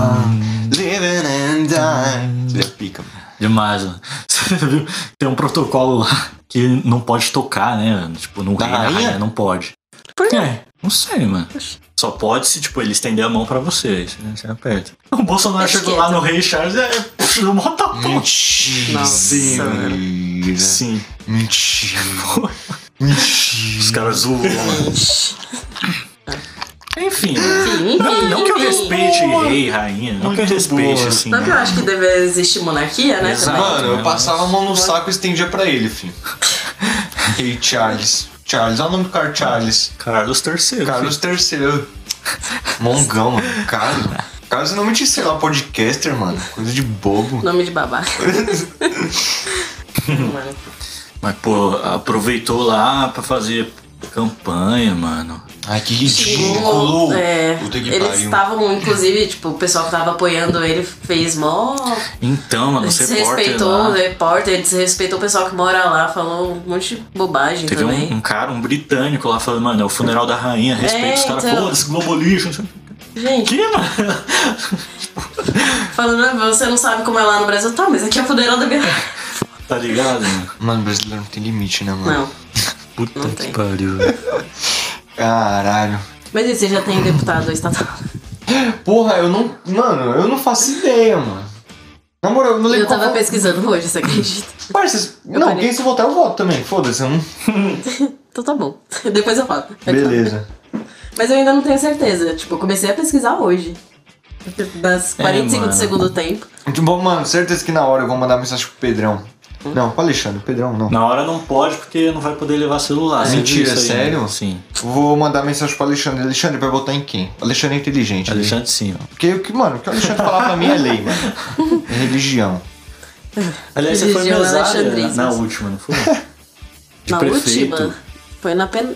[SPEAKER 2] Living and die. Seria pica, mano.
[SPEAKER 1] Demais, mano. Você viu? Tem um protocolo lá que não pode tocar, né? mano? Tipo, no
[SPEAKER 2] Da
[SPEAKER 1] rei, na
[SPEAKER 2] rainha?
[SPEAKER 1] rainha, não pode.
[SPEAKER 3] Por quê?
[SPEAKER 1] É, não sei, mano.
[SPEAKER 3] Oxi.
[SPEAKER 1] Só pode se, tipo, ele estender a mão pra você. Você, você aperta. O Bolsonaro
[SPEAKER 3] Esquerda.
[SPEAKER 1] chegou lá no rei Charles e é, puxa, não bota a mão.
[SPEAKER 2] Mentira.
[SPEAKER 3] Nossa, mano.
[SPEAKER 1] Sim.
[SPEAKER 2] Mentira.
[SPEAKER 1] Os caras zoam. mano.
[SPEAKER 3] Gente.
[SPEAKER 1] Enfim.
[SPEAKER 3] Enfim,
[SPEAKER 1] Não, não que eu
[SPEAKER 3] enfim.
[SPEAKER 1] respeite rei, rainha. Não que eu
[SPEAKER 2] Muito
[SPEAKER 1] respeite,
[SPEAKER 2] boa.
[SPEAKER 1] assim.
[SPEAKER 3] Não que eu
[SPEAKER 1] né?
[SPEAKER 3] acho que deve existir monarquia, né?
[SPEAKER 1] Exato.
[SPEAKER 3] também.
[SPEAKER 2] Mano, eu passava a mão no saco e estendia pra ele, filho. Rei Charles. Charles, olha o nome do cara, Charles.
[SPEAKER 1] Carlos III.
[SPEAKER 2] Carlos III. Mongão, mano. Carlos. Carlos é nome de, sei lá, podcaster, mano. Coisa de bobo.
[SPEAKER 3] Nome de babá. Mano,
[SPEAKER 1] Mas, pô, aproveitou lá pra fazer campanha, mano.
[SPEAKER 2] Ai, que
[SPEAKER 3] Tipo,
[SPEAKER 2] ridículo.
[SPEAKER 3] é,
[SPEAKER 2] Puta que
[SPEAKER 3] eles
[SPEAKER 2] pariu.
[SPEAKER 3] estavam, inclusive, tipo, o pessoal que tava apoiando ele fez mó.
[SPEAKER 1] Então, mano, você
[SPEAKER 3] Desrespeitou o repórter, desrespeitou o pessoal que mora lá, falou um monte de bobagem
[SPEAKER 1] Teve
[SPEAKER 3] também.
[SPEAKER 1] um, um cara, um britânico lá falando, mano, é o funeral da rainha, respeita os caras,
[SPEAKER 3] então.
[SPEAKER 1] pô, esse Globo lixo. não sei o quê.
[SPEAKER 3] Gente,
[SPEAKER 1] Que, mano?
[SPEAKER 3] falando, "Ah, você não sabe como é lá no Brasil, tá, mas aqui é o funeral da minha.
[SPEAKER 1] Tá ligado, mano?
[SPEAKER 2] Mano, brasileiro não tem limite, né, mano?
[SPEAKER 3] Não.
[SPEAKER 1] Puta
[SPEAKER 3] Não
[SPEAKER 1] que
[SPEAKER 3] tem.
[SPEAKER 1] pariu.
[SPEAKER 2] Caralho.
[SPEAKER 3] Mas e você já tem deputado estatal?
[SPEAKER 2] Porra, eu não. Mano, eu não faço ideia, mano. Na moral, eu não lembro.
[SPEAKER 3] Eu tava
[SPEAKER 2] qual foi-
[SPEAKER 3] pesquisando hoje, você acredita?
[SPEAKER 2] Parça, não,
[SPEAKER 3] parei.
[SPEAKER 2] quem se votar eu voto também. Foda-se, eu não.
[SPEAKER 3] Então tá bom. Depois eu falo.
[SPEAKER 2] Beleza.
[SPEAKER 3] Mas eu ainda não tenho certeza. Tipo, eu comecei a pesquisar hoje. Das
[SPEAKER 1] É,
[SPEAKER 3] 45
[SPEAKER 1] mano.
[SPEAKER 3] do segundo tempo.
[SPEAKER 2] Muito bom, mano. Certeza que na hora eu vou mandar mensagem pro Pedrão.
[SPEAKER 3] Hum?
[SPEAKER 2] Não, pro Alexandre, Pedrão não.
[SPEAKER 1] Na hora não pode porque não vai poder levar celular. Você
[SPEAKER 2] Mentira,
[SPEAKER 1] viu isso aí,
[SPEAKER 2] sério?
[SPEAKER 1] né? Sim.
[SPEAKER 2] Vou mandar mensagem pro Alexandre. Alexandre vai votar em quem? Alexandre é inteligente. né?
[SPEAKER 1] Alexandre sim, ó.
[SPEAKER 2] Porque, o que, mano, o que o Alexandre falar pra mim é lei, mano. É religião.
[SPEAKER 1] Aliás, você foi
[SPEAKER 3] Religião
[SPEAKER 1] mesária
[SPEAKER 3] alexandrina.
[SPEAKER 1] na última, não foi? De
[SPEAKER 3] na
[SPEAKER 1] prefeito.
[SPEAKER 3] última. Foi na pen...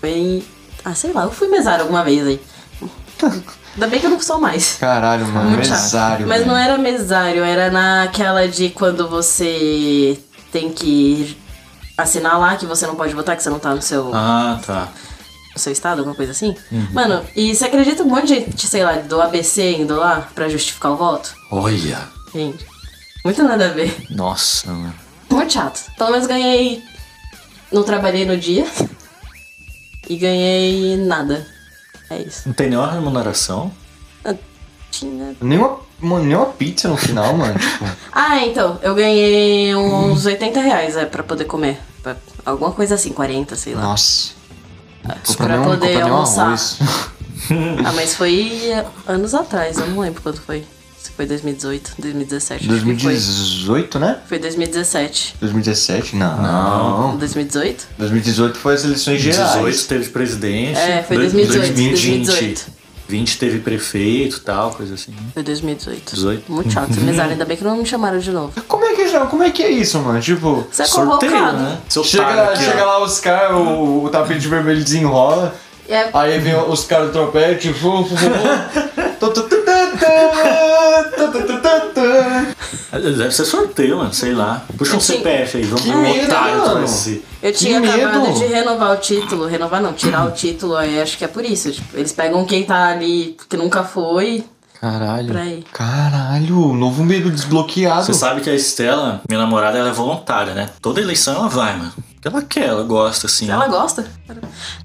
[SPEAKER 3] Foi em... Ah, sei lá, eu fui mesário alguma vez aí. Ainda bem que eu não sou mais.
[SPEAKER 2] Caralho,
[SPEAKER 1] É
[SPEAKER 2] mano.
[SPEAKER 3] Muito chato.
[SPEAKER 2] mesário.
[SPEAKER 3] Mas
[SPEAKER 2] velho.
[SPEAKER 3] não é- era mesário, era naquela de quando você tem que assinar lá que você não pode votar, que você não tá no seu.
[SPEAKER 1] Ah, Uhum. tá.
[SPEAKER 3] no seu estado, alguma coisa assim. Mano, e você acredita um monte de gente, sei lá, do ABC indo lá pra justificar o voto?
[SPEAKER 1] Olha.
[SPEAKER 3] Gente, muito nada a ver.
[SPEAKER 1] Nossa, mano.
[SPEAKER 3] Muito chato. Pelo menos ganhei. Não trabalhei no dia. E ganhei nada. É isso.
[SPEAKER 1] Não tem nenhuma remuneração?
[SPEAKER 3] Ah, Tinha.
[SPEAKER 2] Nenhuma, mano, nenhuma pizza no final, mano. Tipo,
[SPEAKER 3] Ah, então, eu ganhei uns 80 reais é, pra poder comer. Pra- Alguma coisa assim, 40, sei lá.
[SPEAKER 2] nossa. Compra
[SPEAKER 3] pra
[SPEAKER 2] nem um-
[SPEAKER 3] poder
[SPEAKER 2] compra nem um
[SPEAKER 3] almoçar.
[SPEAKER 2] arroz.
[SPEAKER 3] Ah, mas foi anos atrás, eu não lembro quando foi. Se foi 2018, 2017. acho que foi.
[SPEAKER 2] 2018, né?
[SPEAKER 3] Foi 2017.
[SPEAKER 2] 2017? Não. não.
[SPEAKER 3] 2018?
[SPEAKER 2] 2018 foi as eleições gerais.
[SPEAKER 1] 18 teve presidente.
[SPEAKER 3] É, foi
[SPEAKER 1] dois-
[SPEAKER 3] 2018,
[SPEAKER 1] 2020.
[SPEAKER 3] 2018.
[SPEAKER 1] 20 teve prefeito e tal, coisa assim.
[SPEAKER 3] Foi 2018.
[SPEAKER 1] 18.
[SPEAKER 3] Muito chato esse mesário, ainda bem que não me chamaram de novo.
[SPEAKER 2] Como é que não? Como é que é isso, mano? Tipo,
[SPEAKER 3] Você é convocado.
[SPEAKER 1] né? Seu
[SPEAKER 2] chega,
[SPEAKER 1] aqui,
[SPEAKER 2] chega
[SPEAKER 1] ó.
[SPEAKER 2] lá os caras, o, o tapete vermelho desenrola.
[SPEAKER 3] É,
[SPEAKER 2] Aí vem os caras do tropete. fu, fu, fu, fu. Tu, tu, tu, tu, tu, tu, tu, tu, tu.
[SPEAKER 1] É, Deve ser sorteio, mano, sei lá. Puxa um
[SPEAKER 3] Assim,
[SPEAKER 1] CPF aí, vamos
[SPEAKER 2] que
[SPEAKER 1] um
[SPEAKER 2] medo,
[SPEAKER 1] otário
[SPEAKER 2] mano.
[SPEAKER 1] com esse.
[SPEAKER 3] eu tinha
[SPEAKER 2] medo.
[SPEAKER 3] acabado de renovar o título. Renovar não, tirar o título, aí acho que é por isso. Tipo, eles pegam quem tá ali que nunca foi
[SPEAKER 2] Caralho.
[SPEAKER 3] pra ir.
[SPEAKER 2] Caralho, novo medo desbloqueado.
[SPEAKER 1] Você sabe que a Estela, minha namorada, ela é voluntária, né? Toda eleição ela vai, mano. Porque ela quer, ela gosta, assim.
[SPEAKER 3] Ela gosta.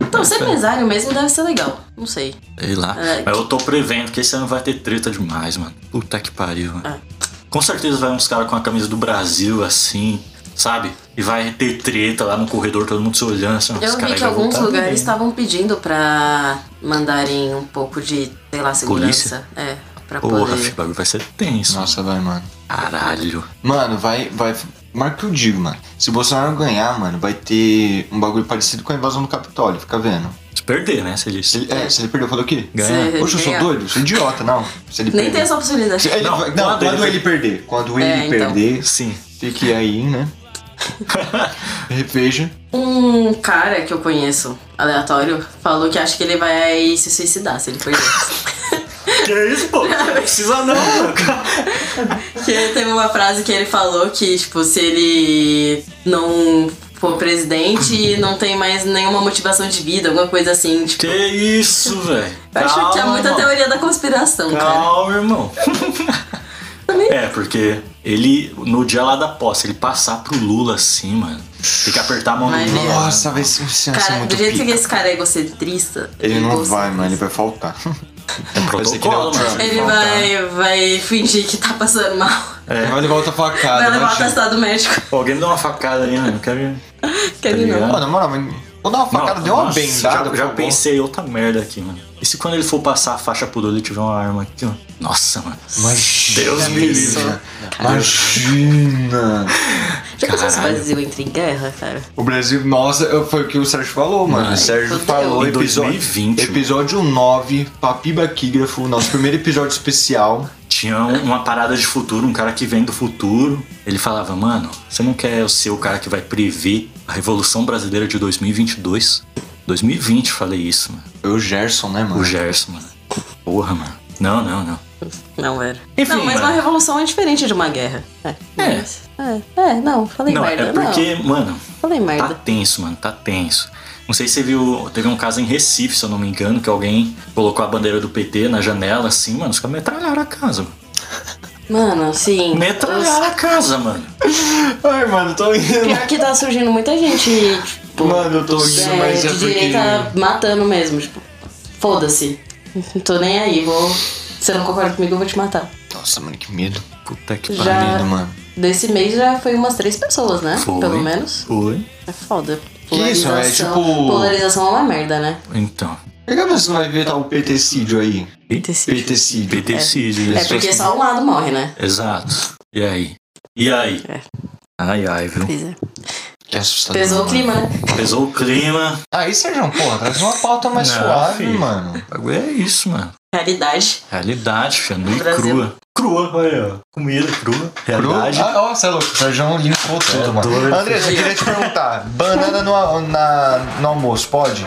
[SPEAKER 3] Então, ser mesário mesmo deve ser legal. Não sei.
[SPEAKER 1] Sei lá.
[SPEAKER 3] É,
[SPEAKER 1] Mas eu tô prevendo que esse ano vai ter treta demais, mano. Puta que pariu, mano.
[SPEAKER 3] É.
[SPEAKER 1] Com certeza vai uns caras com a camisa do Brasil, assim, sabe? E vai ter treta lá no corredor, todo mundo se olhando, assim, os
[SPEAKER 3] Eu vi
[SPEAKER 1] caras
[SPEAKER 3] que
[SPEAKER 1] já
[SPEAKER 3] alguns
[SPEAKER 1] voltaram
[SPEAKER 3] lugares
[SPEAKER 1] também.
[SPEAKER 3] estavam pedindo pra mandarem um pouco de, sei lá, segurança. É, pra
[SPEAKER 1] Porra,
[SPEAKER 3] poder.
[SPEAKER 1] filho, o bagulho vai ser tenso.
[SPEAKER 2] Nossa, vai, mano.
[SPEAKER 1] Caralho.
[SPEAKER 2] Mano, vai, vai, Marca o que eu digo, mano. Se o Bolsonaro ganhar, mano, vai ter um bagulho parecido com a invasão do Capitólio, fica vendo.
[SPEAKER 1] Se perder, né? Você disse.
[SPEAKER 2] Se ele, é, se ele perdeu, falou o quê?
[SPEAKER 1] Ganhar.
[SPEAKER 3] Se-
[SPEAKER 2] Poxa, eu sou
[SPEAKER 3] Ganhar.
[SPEAKER 2] doido, sou idiota, não. Se ele
[SPEAKER 3] Nem
[SPEAKER 2] perder.
[SPEAKER 3] tem essa
[SPEAKER 2] Se
[SPEAKER 3] possibilidade.
[SPEAKER 2] ele
[SPEAKER 1] Não,
[SPEAKER 2] vai- não,
[SPEAKER 1] quando
[SPEAKER 2] quando,
[SPEAKER 1] ele
[SPEAKER 2] ele perder. Quando ele
[SPEAKER 3] É, então.
[SPEAKER 2] perder,
[SPEAKER 1] Sim.
[SPEAKER 2] fique aí, né? Reveja.
[SPEAKER 3] Um cara que eu conheço, aleatório, falou que acha que ele vai se suicidar se ele perder.
[SPEAKER 1] Que isso, pô? Não precisa não, mano.
[SPEAKER 3] que teve uma frase que ele falou que, tipo, se ele não for presidente, não tem mais nenhuma motivação de vida, alguma coisa assim, tipo.
[SPEAKER 1] Que isso, velho.
[SPEAKER 3] Eu acho que é muita
[SPEAKER 1] irmão.
[SPEAKER 3] teoria da conspiração, cara.
[SPEAKER 1] Calma, irmão. É, porque ele, no dia lá da posse, ele passar pro Lula assim, mano. Tem que apertar a mão
[SPEAKER 3] Mas
[SPEAKER 1] do Lula.
[SPEAKER 2] Nossa, vai ser um senso
[SPEAKER 3] Cara,
[SPEAKER 2] muito
[SPEAKER 3] do jeito que
[SPEAKER 2] pica.
[SPEAKER 3] esse cara é egocentrista.
[SPEAKER 2] Ele não
[SPEAKER 3] egocentrista,
[SPEAKER 2] vai, mano, ele vai faltar.
[SPEAKER 1] É protocolo,
[SPEAKER 2] Vai ser que nem o
[SPEAKER 1] mano.
[SPEAKER 2] Trump.
[SPEAKER 3] Ele
[SPEAKER 2] Faltar.
[SPEAKER 3] vai, vai fingir que tá passando mal.
[SPEAKER 1] É.
[SPEAKER 2] Vai levar outra facada.
[SPEAKER 3] Vai levar o
[SPEAKER 2] tio?
[SPEAKER 3] atestado médico.
[SPEAKER 1] Alguém me dá uma facada ali, mano. Eu quero...
[SPEAKER 3] Quer vir, não.
[SPEAKER 1] ligado?
[SPEAKER 2] Pô, na moral, mas. Vou dar uma facada,
[SPEAKER 1] Não,
[SPEAKER 2] deu uma
[SPEAKER 1] nossa,
[SPEAKER 2] bendada.
[SPEAKER 1] Já, já
[SPEAKER 2] por favor.
[SPEAKER 1] pensei outra merda aqui, mano. E se quando ele for passar a faixa por olho e tiver uma arma aqui, ó? Nossa, mano.
[SPEAKER 2] Imagina.
[SPEAKER 1] Deus me livre.
[SPEAKER 3] Isso.
[SPEAKER 2] Imagina.
[SPEAKER 3] Já pensou se o
[SPEAKER 1] Caralho.
[SPEAKER 3] Brasil entra em guerra, cara?
[SPEAKER 2] O Brasil, nossa, foi o que o Sérgio falou, mano. O Sérgio
[SPEAKER 3] fudeu.
[SPEAKER 2] falou
[SPEAKER 1] Em
[SPEAKER 2] episódio,
[SPEAKER 1] 2020,
[SPEAKER 2] episódio 9, Papi Baquígrafo, nosso primeiro episódio especial.
[SPEAKER 1] Tinha um- uma parada de futuro, um cara que vem do futuro. Ele falava, mano, você não quer eu ser o cara que vai prever a Revolução Brasileira de 2022? 2020 eu falei isso, mano.
[SPEAKER 2] Foi o Gerson, né, mano?
[SPEAKER 1] O Gerson, mano. Porra, mano. Não, não, não.
[SPEAKER 3] Não era.
[SPEAKER 1] Enfim,
[SPEAKER 3] não, mas
[SPEAKER 1] mano.
[SPEAKER 3] uma revolução é diferente de uma guerra. É.
[SPEAKER 1] É.
[SPEAKER 3] Mas- É, é, não, falei
[SPEAKER 1] não,
[SPEAKER 3] merda.
[SPEAKER 1] é porque, mano,
[SPEAKER 3] Não, falei merda.
[SPEAKER 1] Tá tenso, mano, tá tenso. Não sei se você viu, teve um caso em Recife, se eu não me engano, que alguém colocou a bandeira do PT na janela, assim, mano, os caras metralharam a casa. mano.
[SPEAKER 3] Mano, assim, sim.
[SPEAKER 1] Metralharam a casa, mano.
[SPEAKER 2] Ai, mano, eu tô
[SPEAKER 3] os-
[SPEAKER 2] rindo.
[SPEAKER 3] Pior que tá surgindo muita gente, tipo.
[SPEAKER 2] Mano, eu tô rindo,
[SPEAKER 3] é,
[SPEAKER 2] mas é
[SPEAKER 3] de
[SPEAKER 2] porque.
[SPEAKER 3] direita matando mesmo, tipo. Foda-se. Não tô nem aí, vou. Se não concorda comigo, eu vou te matar.
[SPEAKER 2] Nossa, mano, que medo.
[SPEAKER 1] Puta que
[SPEAKER 3] Já-
[SPEAKER 1] pariu.
[SPEAKER 2] Medo, mano.
[SPEAKER 3] Desse mês já foi umas três pessoas, né?
[SPEAKER 1] Foi.
[SPEAKER 3] Pelo menos.
[SPEAKER 1] Foi.
[SPEAKER 3] É foda.
[SPEAKER 2] Que isso, é
[SPEAKER 3] Polarização-
[SPEAKER 2] tipo-
[SPEAKER 3] Polarização é uma merda, né?
[SPEAKER 1] Então.
[SPEAKER 2] Por que a pessoa vai ver tal PTcídio aí? PTcídio.
[SPEAKER 1] PTcídio.
[SPEAKER 3] É porque só um lado morre, né?
[SPEAKER 1] Exato. E aí? E aí?
[SPEAKER 3] É.
[SPEAKER 1] Ai, ai, viu?
[SPEAKER 3] Pois é.
[SPEAKER 2] Que assustador.
[SPEAKER 3] Pesou o
[SPEAKER 2] mano.
[SPEAKER 3] clima, né?
[SPEAKER 1] Pesou o clima.
[SPEAKER 2] Aí, Sérgio, porra, traz uma pauta mais
[SPEAKER 1] Não,
[SPEAKER 2] suave,
[SPEAKER 1] filho.
[SPEAKER 2] mano.
[SPEAKER 1] É isso, mano.
[SPEAKER 3] Realidade.
[SPEAKER 1] Realidade, filha, nua e
[SPEAKER 3] Brasil.
[SPEAKER 1] crua. Crua, olha. ó. Comida crua. Realidade.
[SPEAKER 2] Cru? Ah, ó, você é louco. O Sérgio limpou tudo,
[SPEAKER 1] Tá doido.
[SPEAKER 2] mano. Andressa, eu queria te perguntar. Banana no, a- na, no almoço, pode?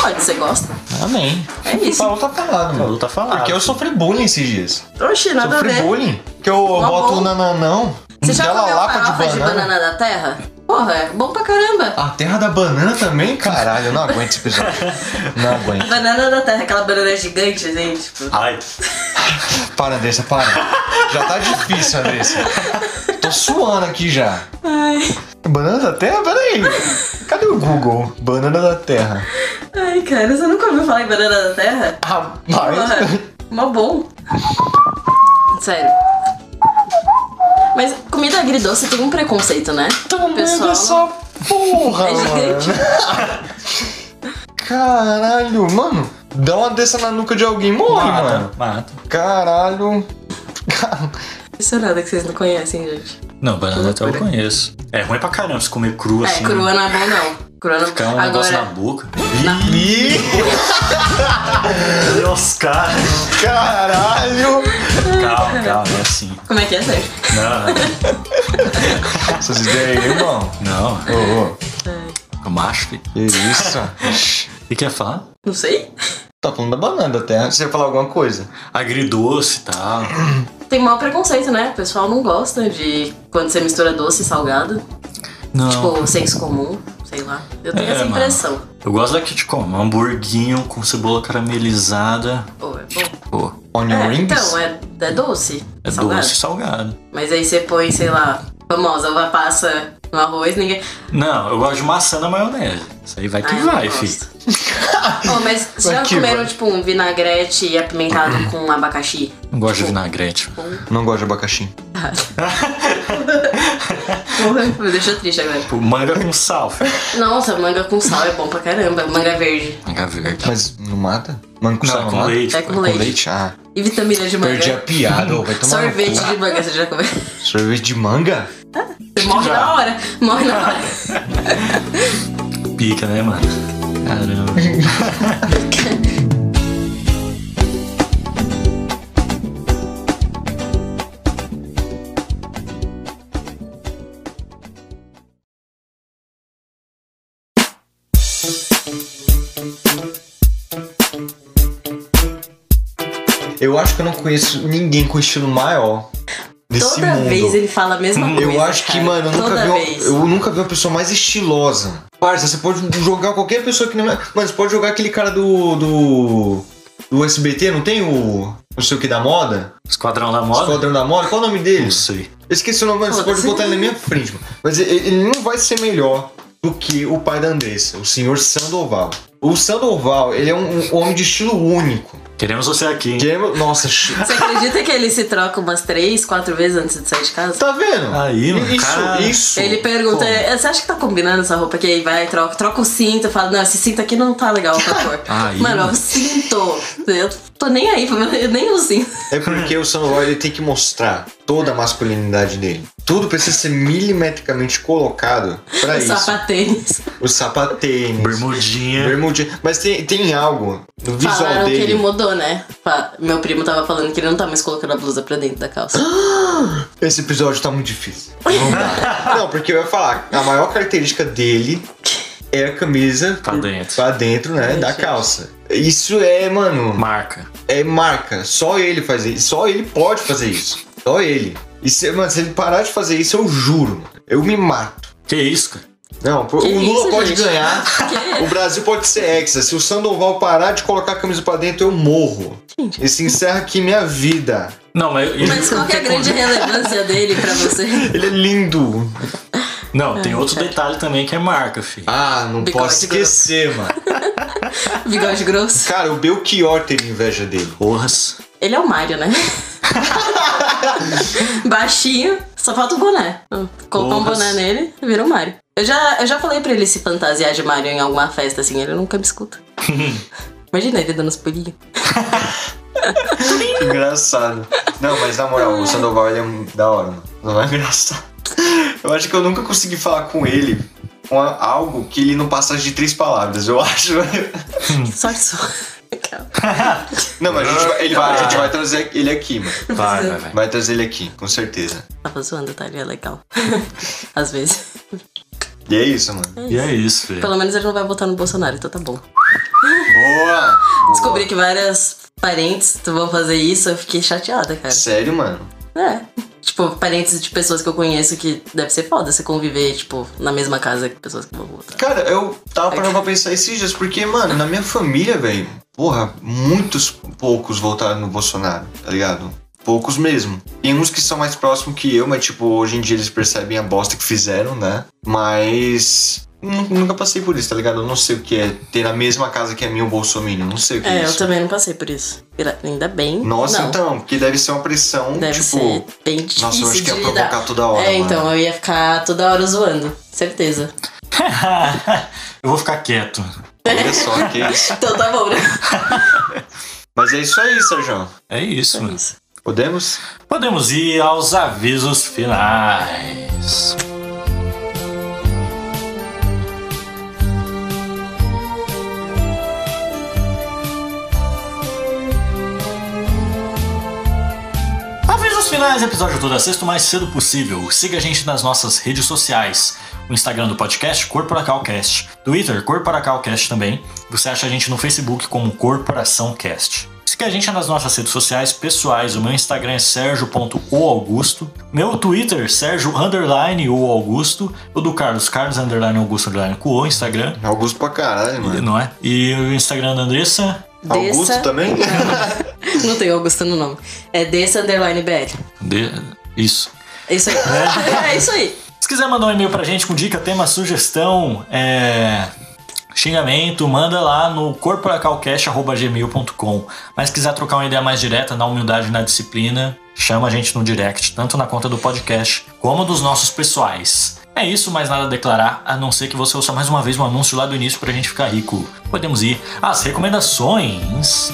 [SPEAKER 3] Pode, você gosta.
[SPEAKER 2] Amém.
[SPEAKER 3] É isso.
[SPEAKER 2] Paulo tá falado,
[SPEAKER 1] Paulo
[SPEAKER 2] mano.
[SPEAKER 1] tá falado.
[SPEAKER 2] Porque eu sofri bullying esses dias.
[SPEAKER 3] Oxi, nada a
[SPEAKER 2] sofri
[SPEAKER 3] ver.
[SPEAKER 2] bullying. Que eu
[SPEAKER 3] Tá
[SPEAKER 2] boto
[SPEAKER 3] bom.
[SPEAKER 2] o nananão.
[SPEAKER 3] Você já
[SPEAKER 2] dela
[SPEAKER 3] comeu
[SPEAKER 2] lapa
[SPEAKER 3] farofa de banana. da terra? Porra, é bom pra caramba.
[SPEAKER 2] A terra da banana também? Caralho, eu não aguento esse episódio. Não aguento.
[SPEAKER 3] Banana da terra, aquela banana gigante, gente. Tipo,
[SPEAKER 1] Ai.
[SPEAKER 2] Para, Andressa, para. Já tá difícil, Andressa. Tô suando aqui já.
[SPEAKER 3] ai,
[SPEAKER 2] Banana da terra? Peraí. Cadê o Google? Banana da terra.
[SPEAKER 3] ai, cara, você nunca ouviu falar em banana da terra?
[SPEAKER 2] Ah,
[SPEAKER 3] Porra,
[SPEAKER 2] Rapaz.
[SPEAKER 3] mó bom. Sério. Mas comida agridoce tem um preconceito, né?
[SPEAKER 2] Puta merda, então
[SPEAKER 3] Pessoal,
[SPEAKER 2] essa porra,
[SPEAKER 3] É
[SPEAKER 2] mano. Caralho, mano. Dá uma dessa na nuca de alguém, morre, mano.
[SPEAKER 1] Mata, mata.
[SPEAKER 2] Caralho. Car-
[SPEAKER 3] Isso é nada que vocês não conhecem, gente.
[SPEAKER 1] Não, banana até eu conheço. É ruim pra caramba se comer cru assim.
[SPEAKER 3] é, crua não é bom, não. Crua não...
[SPEAKER 1] Ficar um negócio na
[SPEAKER 3] Agora,
[SPEAKER 1] boca.
[SPEAKER 2] Ih,
[SPEAKER 1] Meu Deus, cara.
[SPEAKER 2] Caralho.
[SPEAKER 1] Calma, calma, é assim.
[SPEAKER 3] como é que é, sério?
[SPEAKER 1] Não,
[SPEAKER 2] Essas ideias aí, irmão.
[SPEAKER 1] não.
[SPEAKER 2] Ô, ô.
[SPEAKER 3] É,
[SPEAKER 1] Eu macho, filho.
[SPEAKER 2] Que isso? Ixi.
[SPEAKER 1] O que que ia falar?
[SPEAKER 3] Não sei.
[SPEAKER 2] Tá falando da banana da terra. Você ia falar alguma coisa?
[SPEAKER 1] Agridoce e tal.
[SPEAKER 3] Tem mau preconceito, né? O pessoal não gosta de quando você mistura doce e salgado.
[SPEAKER 1] Não.
[SPEAKER 3] Tipo, senso comum, sei lá. Eu tenho
[SPEAKER 1] É,
[SPEAKER 3] essa
[SPEAKER 1] mano.
[SPEAKER 3] impressão.
[SPEAKER 1] Eu gosto daqui de como? Um hamburguinho com cebola caramelizada.
[SPEAKER 3] Pô, é bom.
[SPEAKER 1] Pô,
[SPEAKER 2] Onion
[SPEAKER 3] É,
[SPEAKER 2] rings?
[SPEAKER 3] então, é, é doce.
[SPEAKER 1] é
[SPEAKER 3] salgado.
[SPEAKER 1] doce e salgado.
[SPEAKER 3] Mas aí você põe, sei lá, famosa uva passa no arroz, ninguém.
[SPEAKER 1] Não, eu gosto de maçã na maionese. Isso aí vai que
[SPEAKER 3] Ai, Ah, eu não
[SPEAKER 1] vai,
[SPEAKER 3] gosto.
[SPEAKER 1] filho.
[SPEAKER 3] Ô, mas vocês já
[SPEAKER 2] Aqui,
[SPEAKER 3] comeram,
[SPEAKER 2] vai. Uhum.
[SPEAKER 3] tipo, um vinagrete apimentado com abacaxi?
[SPEAKER 1] Não gosto de vinagrete.
[SPEAKER 2] Não gosto de abacaxi.
[SPEAKER 3] Porra, me deixou triste agora.
[SPEAKER 1] Tipo, manga com sal, filho.
[SPEAKER 3] Nossa, manga com sal é bom pra caramba. Manga verde.
[SPEAKER 1] Manga verde.
[SPEAKER 2] Mas não mata? Mano, com
[SPEAKER 1] Não,
[SPEAKER 2] sal né?
[SPEAKER 1] com
[SPEAKER 2] mata?
[SPEAKER 1] leite.
[SPEAKER 3] É
[SPEAKER 1] pô.
[SPEAKER 3] com
[SPEAKER 2] Com
[SPEAKER 3] leite.
[SPEAKER 2] leite? Ah,
[SPEAKER 3] E vitamina de manga.
[SPEAKER 2] perdi a piada. ô, Vai é tomar no
[SPEAKER 3] Sorvete
[SPEAKER 2] cu.
[SPEAKER 3] de manga, você já comeu?
[SPEAKER 2] Sorvete de manga?
[SPEAKER 3] Você morre
[SPEAKER 1] Já.
[SPEAKER 3] na hora. Morre na hora.
[SPEAKER 1] Pica, né, mano? Caramba.
[SPEAKER 2] Eu acho que eu não conheço ninguém com estilo maior nesse
[SPEAKER 3] Toda
[SPEAKER 2] mundo.
[SPEAKER 3] vez ele fala a mesma coisa.
[SPEAKER 2] eu acho que,
[SPEAKER 3] cara.
[SPEAKER 2] mano, eu nunca,
[SPEAKER 3] Toda
[SPEAKER 2] vi uma,
[SPEAKER 3] vez.
[SPEAKER 2] eu nunca vi uma pessoa mais estilosa. Parça, você pode jogar qualquer pessoa que não é. Mano, você pode jogar aquele cara do. do. do SBT, não tem o. não sei o que da moda?
[SPEAKER 1] Esquadrão da
[SPEAKER 2] Moda?
[SPEAKER 1] moda?
[SPEAKER 2] Esquadrão da moda? Qual o nome dele?
[SPEAKER 1] Não sei.
[SPEAKER 2] Eu esqueci o nome, mas você pode
[SPEAKER 3] Foda-se.
[SPEAKER 2] botar ele na minha frente, mano. Mas ele- ele não vai ser melhor do que o pai da Andressa, o senhor Sandoval. O Sandoval, ele é um, um homem de estilo único.
[SPEAKER 1] Queremos você aqui, hein?
[SPEAKER 2] Que é- nossa, chi-
[SPEAKER 3] Você acredita que ele se troca umas três, quatro vezes antes de sair de casa?
[SPEAKER 2] tá vendo?
[SPEAKER 1] Aí, mano,
[SPEAKER 2] Isso,
[SPEAKER 1] cara.
[SPEAKER 2] isso.
[SPEAKER 3] Ele pergunta, "Eh, você acha que tá combinando essa roupa aqui? Aí vai, troca, troca o cinto, fala, não, esse cinto aqui não tá legal pra cor.
[SPEAKER 1] Aí,
[SPEAKER 3] mano,
[SPEAKER 1] mano.
[SPEAKER 3] eu sinto. Eu tô nem aí, eu nem uso cinto.
[SPEAKER 2] É porque o Sandoval ele tem que mostrar toda a masculinidade dele. Tudo precisa ser milimetricamente colocado pra
[SPEAKER 3] Eu
[SPEAKER 2] É isso.
[SPEAKER 3] sapatênis.
[SPEAKER 2] O sapatênis,
[SPEAKER 1] Bermudinha.
[SPEAKER 2] bermudinha. Mas tem, tem algo no visual
[SPEAKER 3] Falaram
[SPEAKER 2] dele.
[SPEAKER 3] que ele mudou, né? Fa- Meu primo tava falando que ele não tá mais colocando a blusa pra dentro da calça.
[SPEAKER 2] Esse episódio tá muito difícil. Não, dá. Não, porque eu ia falar, a maior característica dele é a camisa
[SPEAKER 1] Pra
[SPEAKER 2] por-
[SPEAKER 1] dentro.
[SPEAKER 2] pra dentro, né,
[SPEAKER 3] Ai,
[SPEAKER 2] da
[SPEAKER 3] gente.
[SPEAKER 2] calça. Isso é, mano,
[SPEAKER 1] Marca.
[SPEAKER 2] é marca. Só ele faz isso. Só ele pode fazer isso. Só ele. E se, mano, se ele parar de fazer isso, eu juro, mano, eu me mato.
[SPEAKER 1] Que isso, cara?
[SPEAKER 2] Não, o
[SPEAKER 3] Que
[SPEAKER 2] Lula
[SPEAKER 3] isso,
[SPEAKER 2] pode
[SPEAKER 3] gente?
[SPEAKER 2] ganhar.
[SPEAKER 3] Que-
[SPEAKER 2] O Brasil pode ser hexa. Se o Sandoval parar de colocar a camisa pra dentro, eu morro. E se encerra aqui minha vida.
[SPEAKER 1] Não, mas.
[SPEAKER 3] Mas qual que é a grande
[SPEAKER 2] né?
[SPEAKER 3] relevância dele pra você?
[SPEAKER 2] Ele é lindo.
[SPEAKER 1] Não, tem
[SPEAKER 3] Ai,
[SPEAKER 1] outro
[SPEAKER 3] cara.
[SPEAKER 1] detalhe também que é marca, filho.
[SPEAKER 2] Ah, não
[SPEAKER 3] Bigode
[SPEAKER 2] posso esquecer, mano.
[SPEAKER 3] Bigode grosso.
[SPEAKER 2] Cara, o Belchior teve inveja dele.
[SPEAKER 1] Porras.
[SPEAKER 3] Ele é o Mario, né? Baixinho, só falta o boné. Colocar um
[SPEAKER 1] Porras.
[SPEAKER 3] boné nele, vira o Mario. Eu já, eu já falei pra ele se fantasiar de Mario em alguma festa, assim, ele nunca me escuta. Imagina ele dando os pulinhos.
[SPEAKER 2] Engraçado. Não, mas na moral, o Sandoval ele é um- da hora, mano. Não é engraçado. Eu acho que eu nunca consegui falar com ele com a- algo que ele não passasse de três palavras, eu acho.
[SPEAKER 1] Hum.
[SPEAKER 3] Sorte sua. Aquela.
[SPEAKER 2] Não, mas a gente vai, ele vai- a gente vai trazer ele aqui, mano.
[SPEAKER 1] Vai, vai, vai.
[SPEAKER 2] Vai trazer ele aqui, com certeza.
[SPEAKER 3] Tava zoando, tá? Ele é legal. Às vezes.
[SPEAKER 2] E é isso, mano.
[SPEAKER 1] E é isso, filho.
[SPEAKER 3] Pelo menos ele não vai votar no Bolsonaro, então tá bom.
[SPEAKER 2] Boa! Boa.
[SPEAKER 3] Descobri que várias parentes vão fazer isso, eu fiquei chateada, cara.
[SPEAKER 2] Sério, mano?
[SPEAKER 3] É. Tipo, parentes de pessoas que eu conheço que deve ser foda você conviver, tipo, na mesma casa que pessoas que vão votar.
[SPEAKER 2] Cara, eu
[SPEAKER 3] É
[SPEAKER 2] tava parando pra pensar esses dias, porque, mano, na minha família, velho, porra, muitos poucos votaram no Bolsonaro, tá ligado? Poucos mesmo. Tem uns que são mais próximos que eu, mas, tipo, hoje em dia eles percebem a bosta que fizeram, né? Mas. nu- Nunca passei por isso, tá ligado? Eu não sei o que é ter na mesma casa que a minha o Bolsonaro. Não sei o que é,
[SPEAKER 3] É, eu
[SPEAKER 2] isso.
[SPEAKER 3] também não passei por isso. Gra- Ainda bem.
[SPEAKER 2] Nossa,
[SPEAKER 3] não.
[SPEAKER 2] então, porque deve ser uma pressão,
[SPEAKER 3] Deve
[SPEAKER 2] tipo.
[SPEAKER 3] ser bem difícil
[SPEAKER 2] Nossa, eu acho que
[SPEAKER 3] de
[SPEAKER 2] ia provocar
[SPEAKER 3] lidar.
[SPEAKER 2] toda hora.
[SPEAKER 3] é,
[SPEAKER 2] mano.
[SPEAKER 3] então, eu ia ficar toda hora zoando. Certeza.
[SPEAKER 1] Eu vou ficar quieto.
[SPEAKER 2] Olha só, que isso.
[SPEAKER 3] Então tá bom, né?
[SPEAKER 2] Mas é isso aí, Sérgio.
[SPEAKER 1] É isso,
[SPEAKER 3] É
[SPEAKER 2] Hum.
[SPEAKER 1] mano.
[SPEAKER 3] isso.
[SPEAKER 2] Podemos?
[SPEAKER 1] Podemos ir aos avisos finais. Avisos finais, episódio toda sexta o mais cedo possível. Siga a gente nas nossas redes sociais. O Instagram do podcast, CorporacalCast. Twitter, CorporacalCast também. Você acha a gente no Facebook como CorporaçãoCast. Siga a gente nas nossas redes sociais pessoais. O meu Instagram é sergio.oaugusto. Meu Twitter, sergio underline o Augusto. O do Carlos, Carlos underline Augusto underline Cuo, Instagram.
[SPEAKER 2] Augusto pra caralho, mano.
[SPEAKER 1] Não é? E o Instagram da Andressa,
[SPEAKER 2] Augusto
[SPEAKER 3] Desça.
[SPEAKER 2] também?
[SPEAKER 3] Não tem Augusto no nome. É dessa underline BL.
[SPEAKER 1] de- isso.
[SPEAKER 3] É isso aí. É isso aí.
[SPEAKER 1] Se quiser mandar um e-mail pra gente com dica, tema, sugestão, é, xingamento, manda lá no corporacalcast.gmail.com. Mas se quiser trocar uma ideia mais direta na humildade e na disciplina, chama a gente no direct, tanto na conta do podcast como dos nossos pessoais. É isso, mais nada a declarar, a não ser que você ouça mais uma vez um anúncio lá do início pra gente ficar rico. Podemos ir às recomendações.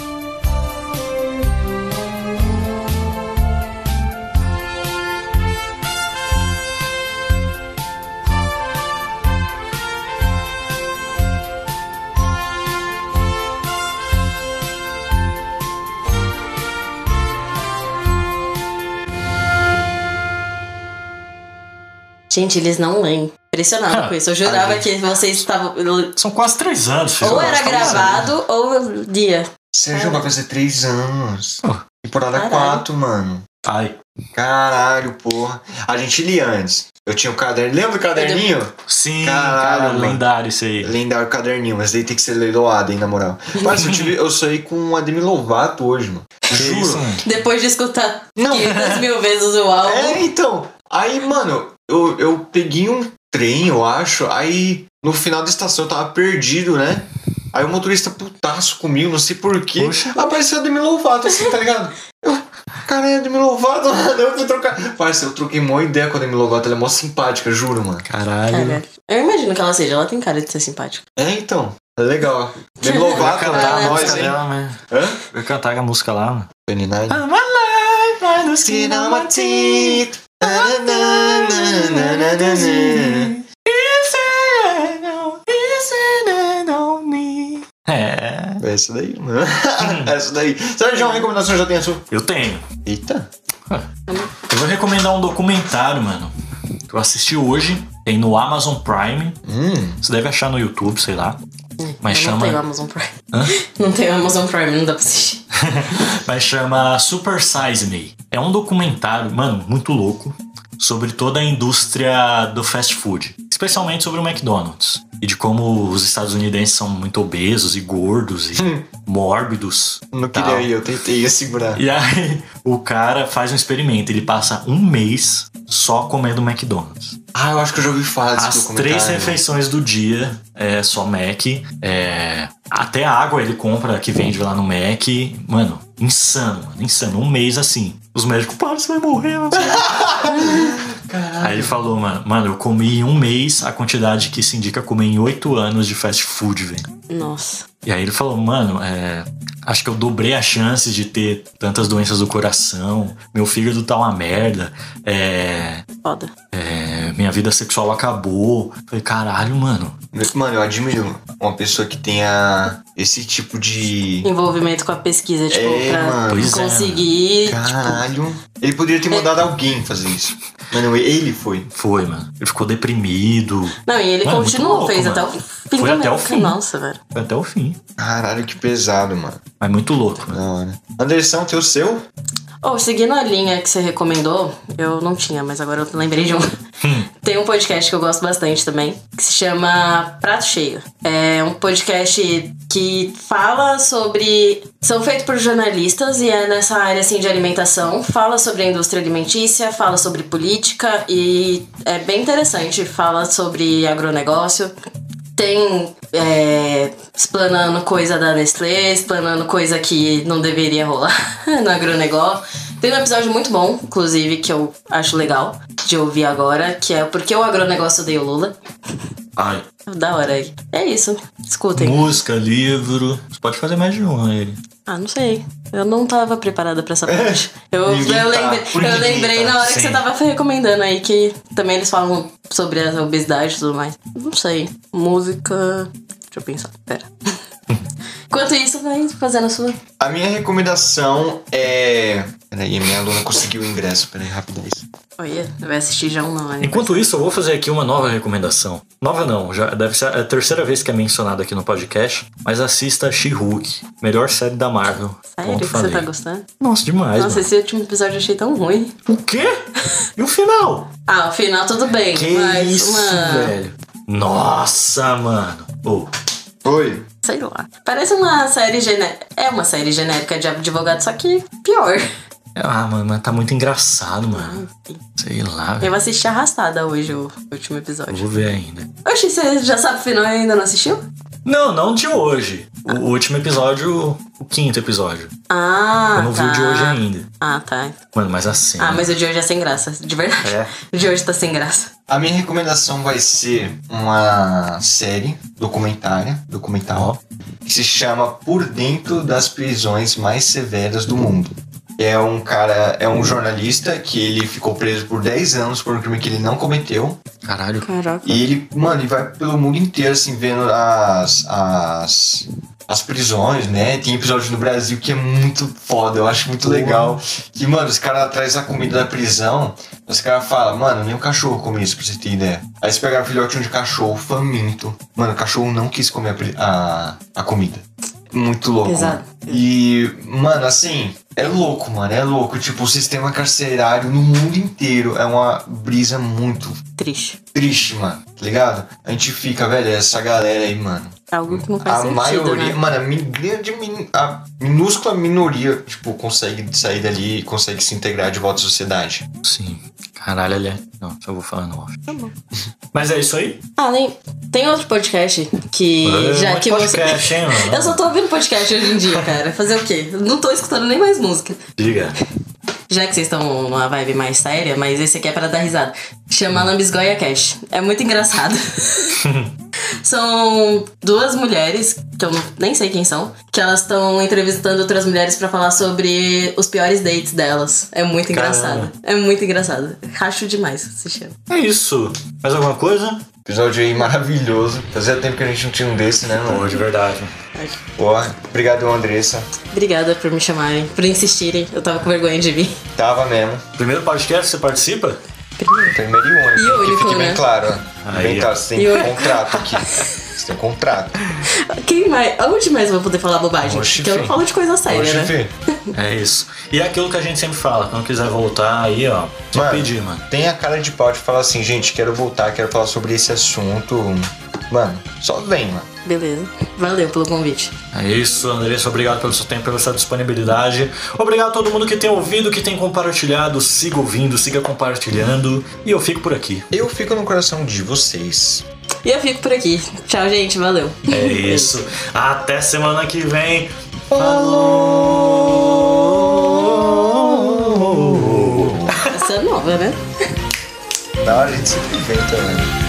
[SPEAKER 3] Gente, eles não leem. Impressionada
[SPEAKER 1] Ah,
[SPEAKER 3] com isso. Eu jurava
[SPEAKER 1] aí.
[SPEAKER 3] que vocês estavam.
[SPEAKER 1] São quase três anos. filho.
[SPEAKER 3] Ou era
[SPEAKER 2] né?
[SPEAKER 1] Quase três anos.
[SPEAKER 3] gravado ou dia.
[SPEAKER 2] Sérgio vai fazer três anos. Temporada
[SPEAKER 3] Caralho.
[SPEAKER 2] 4, mano.
[SPEAKER 1] Ai,
[SPEAKER 2] Caralho, porra. A gente lia antes. Eu tinha o caderno. Lembra do caderninho?
[SPEAKER 1] sim,
[SPEAKER 2] Caralho,
[SPEAKER 1] cara,
[SPEAKER 2] mano.
[SPEAKER 1] lendário isso aí.
[SPEAKER 2] Lendário caderninho, mas daí tem que ser leiloado, hein, na moral. Mas eu, tive, eu saí com o Ademir Lovato hoje, mano. Juro.
[SPEAKER 1] isso, mano.
[SPEAKER 3] Depois de escutar
[SPEAKER 2] Não,
[SPEAKER 3] 500 mil vezes o álbum.
[SPEAKER 2] É, então. Aí, mano, eu, eu peguei um trem, eu acho. Aí, no final da estação, eu tava perdido, né? Aí o motorista putaço comigo, não sei porquê.
[SPEAKER 1] Poxa.
[SPEAKER 2] Apareceu o Demi Lovato, assim, tá ligado? Eu, caralho, Demi Lovato, mano, eu fui trocar. Parça, eu troquei mó ideia com a Demi Lovato, ela é mó simpática, juro, mano.
[SPEAKER 1] Caralho.
[SPEAKER 3] Cara, é, né? eu imagino que ela seja, ela tem cara de ser simpática.
[SPEAKER 2] É, então. É legal. Demi
[SPEAKER 1] Vai
[SPEAKER 2] Lovato,
[SPEAKER 1] cantar
[SPEAKER 2] né?
[SPEAKER 1] a
[SPEAKER 2] Nós,
[SPEAKER 1] música
[SPEAKER 2] hein?
[SPEAKER 1] dela, né?
[SPEAKER 2] Hã?
[SPEAKER 1] Vai cantar a música lá, mano.
[SPEAKER 2] 29.
[SPEAKER 1] I'm alive by the
[SPEAKER 2] Skin
[SPEAKER 1] skin
[SPEAKER 2] on
[SPEAKER 1] of
[SPEAKER 2] my
[SPEAKER 1] my teeth.
[SPEAKER 2] teeth. Na, na, na, na, na, na, na.
[SPEAKER 1] É,
[SPEAKER 2] É isso daí, mano. é isso daí. Sérgio, uma recomendação já tem a sua.
[SPEAKER 1] eu tenho.
[SPEAKER 2] Eita.
[SPEAKER 1] Eu vou recomendar um documentário, mano. Que eu assisti hoje. Tem no Amazon Prime.
[SPEAKER 2] Hum.
[SPEAKER 1] Você deve achar no YouTube, sei lá. Mas
[SPEAKER 3] Hum, eu não
[SPEAKER 1] chama.
[SPEAKER 3] tenho Amazon Prime.
[SPEAKER 1] Hã?
[SPEAKER 3] Não tenho Amazon Prime, não dá pra assistir.
[SPEAKER 1] Mas chama Super Size Me. É um documentário, mano, muito louco, sobre toda a indústria do fast food, especialmente sobre o McDonald's e de como os estadunidenses são muito obesos e gordos e
[SPEAKER 2] Hum.
[SPEAKER 1] mórbidos.
[SPEAKER 2] Não
[SPEAKER 1] Tá.
[SPEAKER 2] queria ir, eu tentei ia segurar.
[SPEAKER 1] E aí o cara faz um experimento, ele passa um mês só comendo McDonald's.
[SPEAKER 2] Ah, eu acho que eu já ouvi falar desse
[SPEAKER 1] As
[SPEAKER 2] documentário.
[SPEAKER 1] três refeições do dia é só Mac, é, até a água ele compra que vende lá no Mac. Mano, insano, mano, insano. Um mês assim. Os médicos, para, você vai morrer. Não sei.
[SPEAKER 2] Caralho.
[SPEAKER 1] Aí ele falou, mano, mano, eu comi em um mês a quantidade que se indica comer em oito anos de fast food, velho.
[SPEAKER 3] Nossa.
[SPEAKER 1] E aí ele falou, mano, é, acho que eu dobrei as chances de ter tantas doenças do coração, meu fígado tá uma merda, é,
[SPEAKER 3] Foda.
[SPEAKER 1] é, minha vida sexual acabou. Falei, caralho, mano.
[SPEAKER 2] Mano, eu admiro uma pessoa que tenha esse tipo de.
[SPEAKER 3] Envolvimento com a pesquisa, tipo,
[SPEAKER 2] É,
[SPEAKER 3] pra
[SPEAKER 2] mano.
[SPEAKER 1] Pois é,
[SPEAKER 3] conseguir.
[SPEAKER 2] Caralho. Ele poderia ter mandado alguém fazer isso. Mano, ele foi.
[SPEAKER 1] Foi, mano. Ele ficou deprimido.
[SPEAKER 3] Não, e ele
[SPEAKER 1] Mano, é muito
[SPEAKER 3] continuou,
[SPEAKER 1] louco,
[SPEAKER 3] fez
[SPEAKER 1] mano.
[SPEAKER 3] até o fim.
[SPEAKER 1] Foi
[SPEAKER 3] do
[SPEAKER 1] até o
[SPEAKER 3] mês.
[SPEAKER 1] fim.
[SPEAKER 3] Nossa, velho.
[SPEAKER 1] Foi até o fim.
[SPEAKER 2] Caralho, que pesado, mano.
[SPEAKER 1] Mas muito louco, né? mano.
[SPEAKER 2] Da hora. Anderson, tem o seu?
[SPEAKER 3] Oh, seguindo a linha que você recomendou, eu não tinha, mas agora eu lembrei de um. Tem um podcast que eu gosto bastante também, que se chama Prato Cheio. É um podcast que fala sobre. São feitos por jornalistas e é nessa área assim, de alimentação. Fala sobre a indústria alimentícia, fala sobre política e é bem interessante. Fala sobre agronegócio tem é, explanando coisa da Nestlé, explanando coisa que não deveria rolar no agronegócio. Tem um episódio muito bom, inclusive, que eu acho legal de ouvir agora, que é Por que o agronegócio odeia o Lula?
[SPEAKER 1] Ai.
[SPEAKER 3] Da hora aí. É isso. Escutem.
[SPEAKER 1] Música, livro. Você pode fazer mais de um aí.
[SPEAKER 3] Ah, não sei. Eu não tava preparada pra essa parte. Eu, eu
[SPEAKER 2] Ninguém tá.
[SPEAKER 3] lembrei,
[SPEAKER 2] Por
[SPEAKER 3] eu
[SPEAKER 2] ninguém
[SPEAKER 3] lembrei
[SPEAKER 2] tá.
[SPEAKER 3] na hora que
[SPEAKER 1] Sim.
[SPEAKER 3] você tava recomendando aí que também eles falam sobre a obesidade e tudo mais. Não sei. Música. Deixa eu pensar. Pera. Enquanto isso, vai fazendo a sua.
[SPEAKER 2] A minha recomendação é. Peraí, minha aluna conseguiu o ingresso. Peraí, rapidez.
[SPEAKER 3] Olha, vai assistir já um não, né?
[SPEAKER 1] Enquanto isso, eu vou fazer aqui uma nova recomendação. Nova não, já deve ser a terceira vez que é mencionado aqui no podcast, mas assista She-Hulk, melhor série da Marvel.
[SPEAKER 3] Sério
[SPEAKER 1] Ponto,
[SPEAKER 3] que você
[SPEAKER 1] falei.
[SPEAKER 3] tá gostando?
[SPEAKER 1] Nossa, demais,
[SPEAKER 3] Nossa, esse último episódio eu achei tão ruim.
[SPEAKER 1] mano. O quê? E o final?
[SPEAKER 3] Ah, o final tudo bem.
[SPEAKER 1] Que
[SPEAKER 3] mas,
[SPEAKER 1] isso,
[SPEAKER 3] mano,
[SPEAKER 1] velho. Nossa, mano. Ô,
[SPEAKER 2] Oi.
[SPEAKER 3] Sei lá. Parece uma série genérica. É uma série genérica de advogado, só que pior.
[SPEAKER 1] Ah, mano, mas tá muito engraçado, mano. Sei lá, velho.
[SPEAKER 3] Eu assisti arrastada hoje o último episódio.
[SPEAKER 1] Vou ver ainda.
[SPEAKER 3] Oxi, você já sabe o final e ainda não assistiu?
[SPEAKER 1] Não, não de hoje. O o último episódio, o quinto episódio.
[SPEAKER 3] Ah,
[SPEAKER 1] Eu não
[SPEAKER 3] tá.
[SPEAKER 1] vi o de hoje ainda.
[SPEAKER 3] Ah, tá.
[SPEAKER 1] Mano, mas assim.
[SPEAKER 3] Ah, mas o de hoje é sem graça, de verdade.
[SPEAKER 1] É.
[SPEAKER 3] O de hoje tá sem graça.
[SPEAKER 2] A minha recomendação vai ser uma série documentária, documental, que se chama Por Dentro das Prisões Mais Severas do Mundo. É um cara, é um jornalista que ele ficou preso por 10 anos por um crime que ele não cometeu.
[SPEAKER 1] Caralho.
[SPEAKER 3] Caraca.
[SPEAKER 2] E ele, mano, ele vai pelo mundo inteiro, assim, vendo as, as as prisões, né? Tem episódio no Brasil que é muito foda, eu acho muito legal. Que, mano, os caras trazem a comida da prisão, os caras falam, mano, nem o cachorro come isso, pra você ter ideia. Aí eles pegaram filhotinho de cachorro faminto. Mano, o cachorro não quis comer a, pri- a, a comida. Muito
[SPEAKER 1] é?
[SPEAKER 2] louco.
[SPEAKER 3] Exato.
[SPEAKER 2] mano. E, mano, assim, é louco, mano, é louco. Tipo, o sistema carcerário no mundo inteiro é uma brisa muito
[SPEAKER 3] Triste.
[SPEAKER 2] triste, mano, tá ligado? A gente fica, velho, essa galera aí, mano.
[SPEAKER 3] É Algo que não faz
[SPEAKER 2] A
[SPEAKER 3] sentido,
[SPEAKER 2] maioria,
[SPEAKER 3] né?
[SPEAKER 2] mano, a min- grande min- a minúscula minoria, tipo, consegue sair dali e consegue se integrar de volta à sociedade.
[SPEAKER 1] Sim. Caralho, ele é. Não, só vou falar no off.
[SPEAKER 3] Tá bom.
[SPEAKER 1] Mas é isso aí?
[SPEAKER 3] Ah, nem... Tem outro podcast que...
[SPEAKER 1] É,
[SPEAKER 3] já
[SPEAKER 1] muito
[SPEAKER 3] que
[SPEAKER 1] podcast,
[SPEAKER 3] você...
[SPEAKER 1] hein, mano?
[SPEAKER 3] Eu só tô ouvindo podcast hoje em dia, cara. Fazer o quê? Não tô escutando nem mais música.
[SPEAKER 1] Diga.
[SPEAKER 3] Já que vocês estão numa vibe mais séria, mas esse aqui é pra dar risada. Chama Lambisgoia Cash. É muito engraçado. são duas mulheres, que eu não- nem sei quem são, que elas estão entrevistando outras mulheres pra falar sobre os piores dates delas. É muito engraçado.
[SPEAKER 1] Caramba.
[SPEAKER 3] É muito engraçado. Racho demais se chama.
[SPEAKER 1] É isso. Mais alguma coisa?
[SPEAKER 2] Episódio aí maravilhoso. Fazia tempo que a gente não tinha um desse, né, mano?
[SPEAKER 1] de verdade.
[SPEAKER 2] Ó, obrigado, Andressa.
[SPEAKER 3] Obrigada por me chamarem, por insistirem. Eu tava com vergonha de vir.
[SPEAKER 2] Tava mesmo.
[SPEAKER 1] Primeiro podcast que você participa?
[SPEAKER 2] Primeiro e único.
[SPEAKER 3] E
[SPEAKER 2] que
[SPEAKER 3] único,
[SPEAKER 2] fique bem
[SPEAKER 3] né?
[SPEAKER 2] claro, ó.
[SPEAKER 1] Aí,
[SPEAKER 2] bem
[SPEAKER 1] ó.
[SPEAKER 2] claro, você
[SPEAKER 3] E
[SPEAKER 2] tem
[SPEAKER 3] único.
[SPEAKER 2] contrato aqui. Você tem contrato.
[SPEAKER 3] Quem mais? Aonde mais eu vou poder falar bobagem?
[SPEAKER 2] Oxi,
[SPEAKER 3] Porque eu não
[SPEAKER 2] fi.
[SPEAKER 3] falo de coisa séria,
[SPEAKER 2] Oxe,
[SPEAKER 3] né?
[SPEAKER 2] filho.
[SPEAKER 1] É isso. E é aquilo que a gente sempre fala, quando quiser voltar aí, ó, só pedir, mano.
[SPEAKER 2] Tem a cara de pau de falar assim, gente, quero voltar, quero falar sobre esse assunto. Mano, só vem, mano.
[SPEAKER 3] Beleza. Valeu pelo convite.
[SPEAKER 1] É isso, Andressa, obrigado pelo seu tempo, pela sua disponibilidade. Obrigado a todo mundo que tem ouvido, que tem compartilhado. Siga ouvindo, siga compartilhando. E eu fico por aqui.
[SPEAKER 2] Eu fico no coração de vocês.
[SPEAKER 3] E eu fico por aqui. Tchau, gente. Valeu.
[SPEAKER 1] É isso. Até semana que vem. Falou!
[SPEAKER 3] Essa é nova, né? é
[SPEAKER 2] Na hora a gente sempre inventa, né?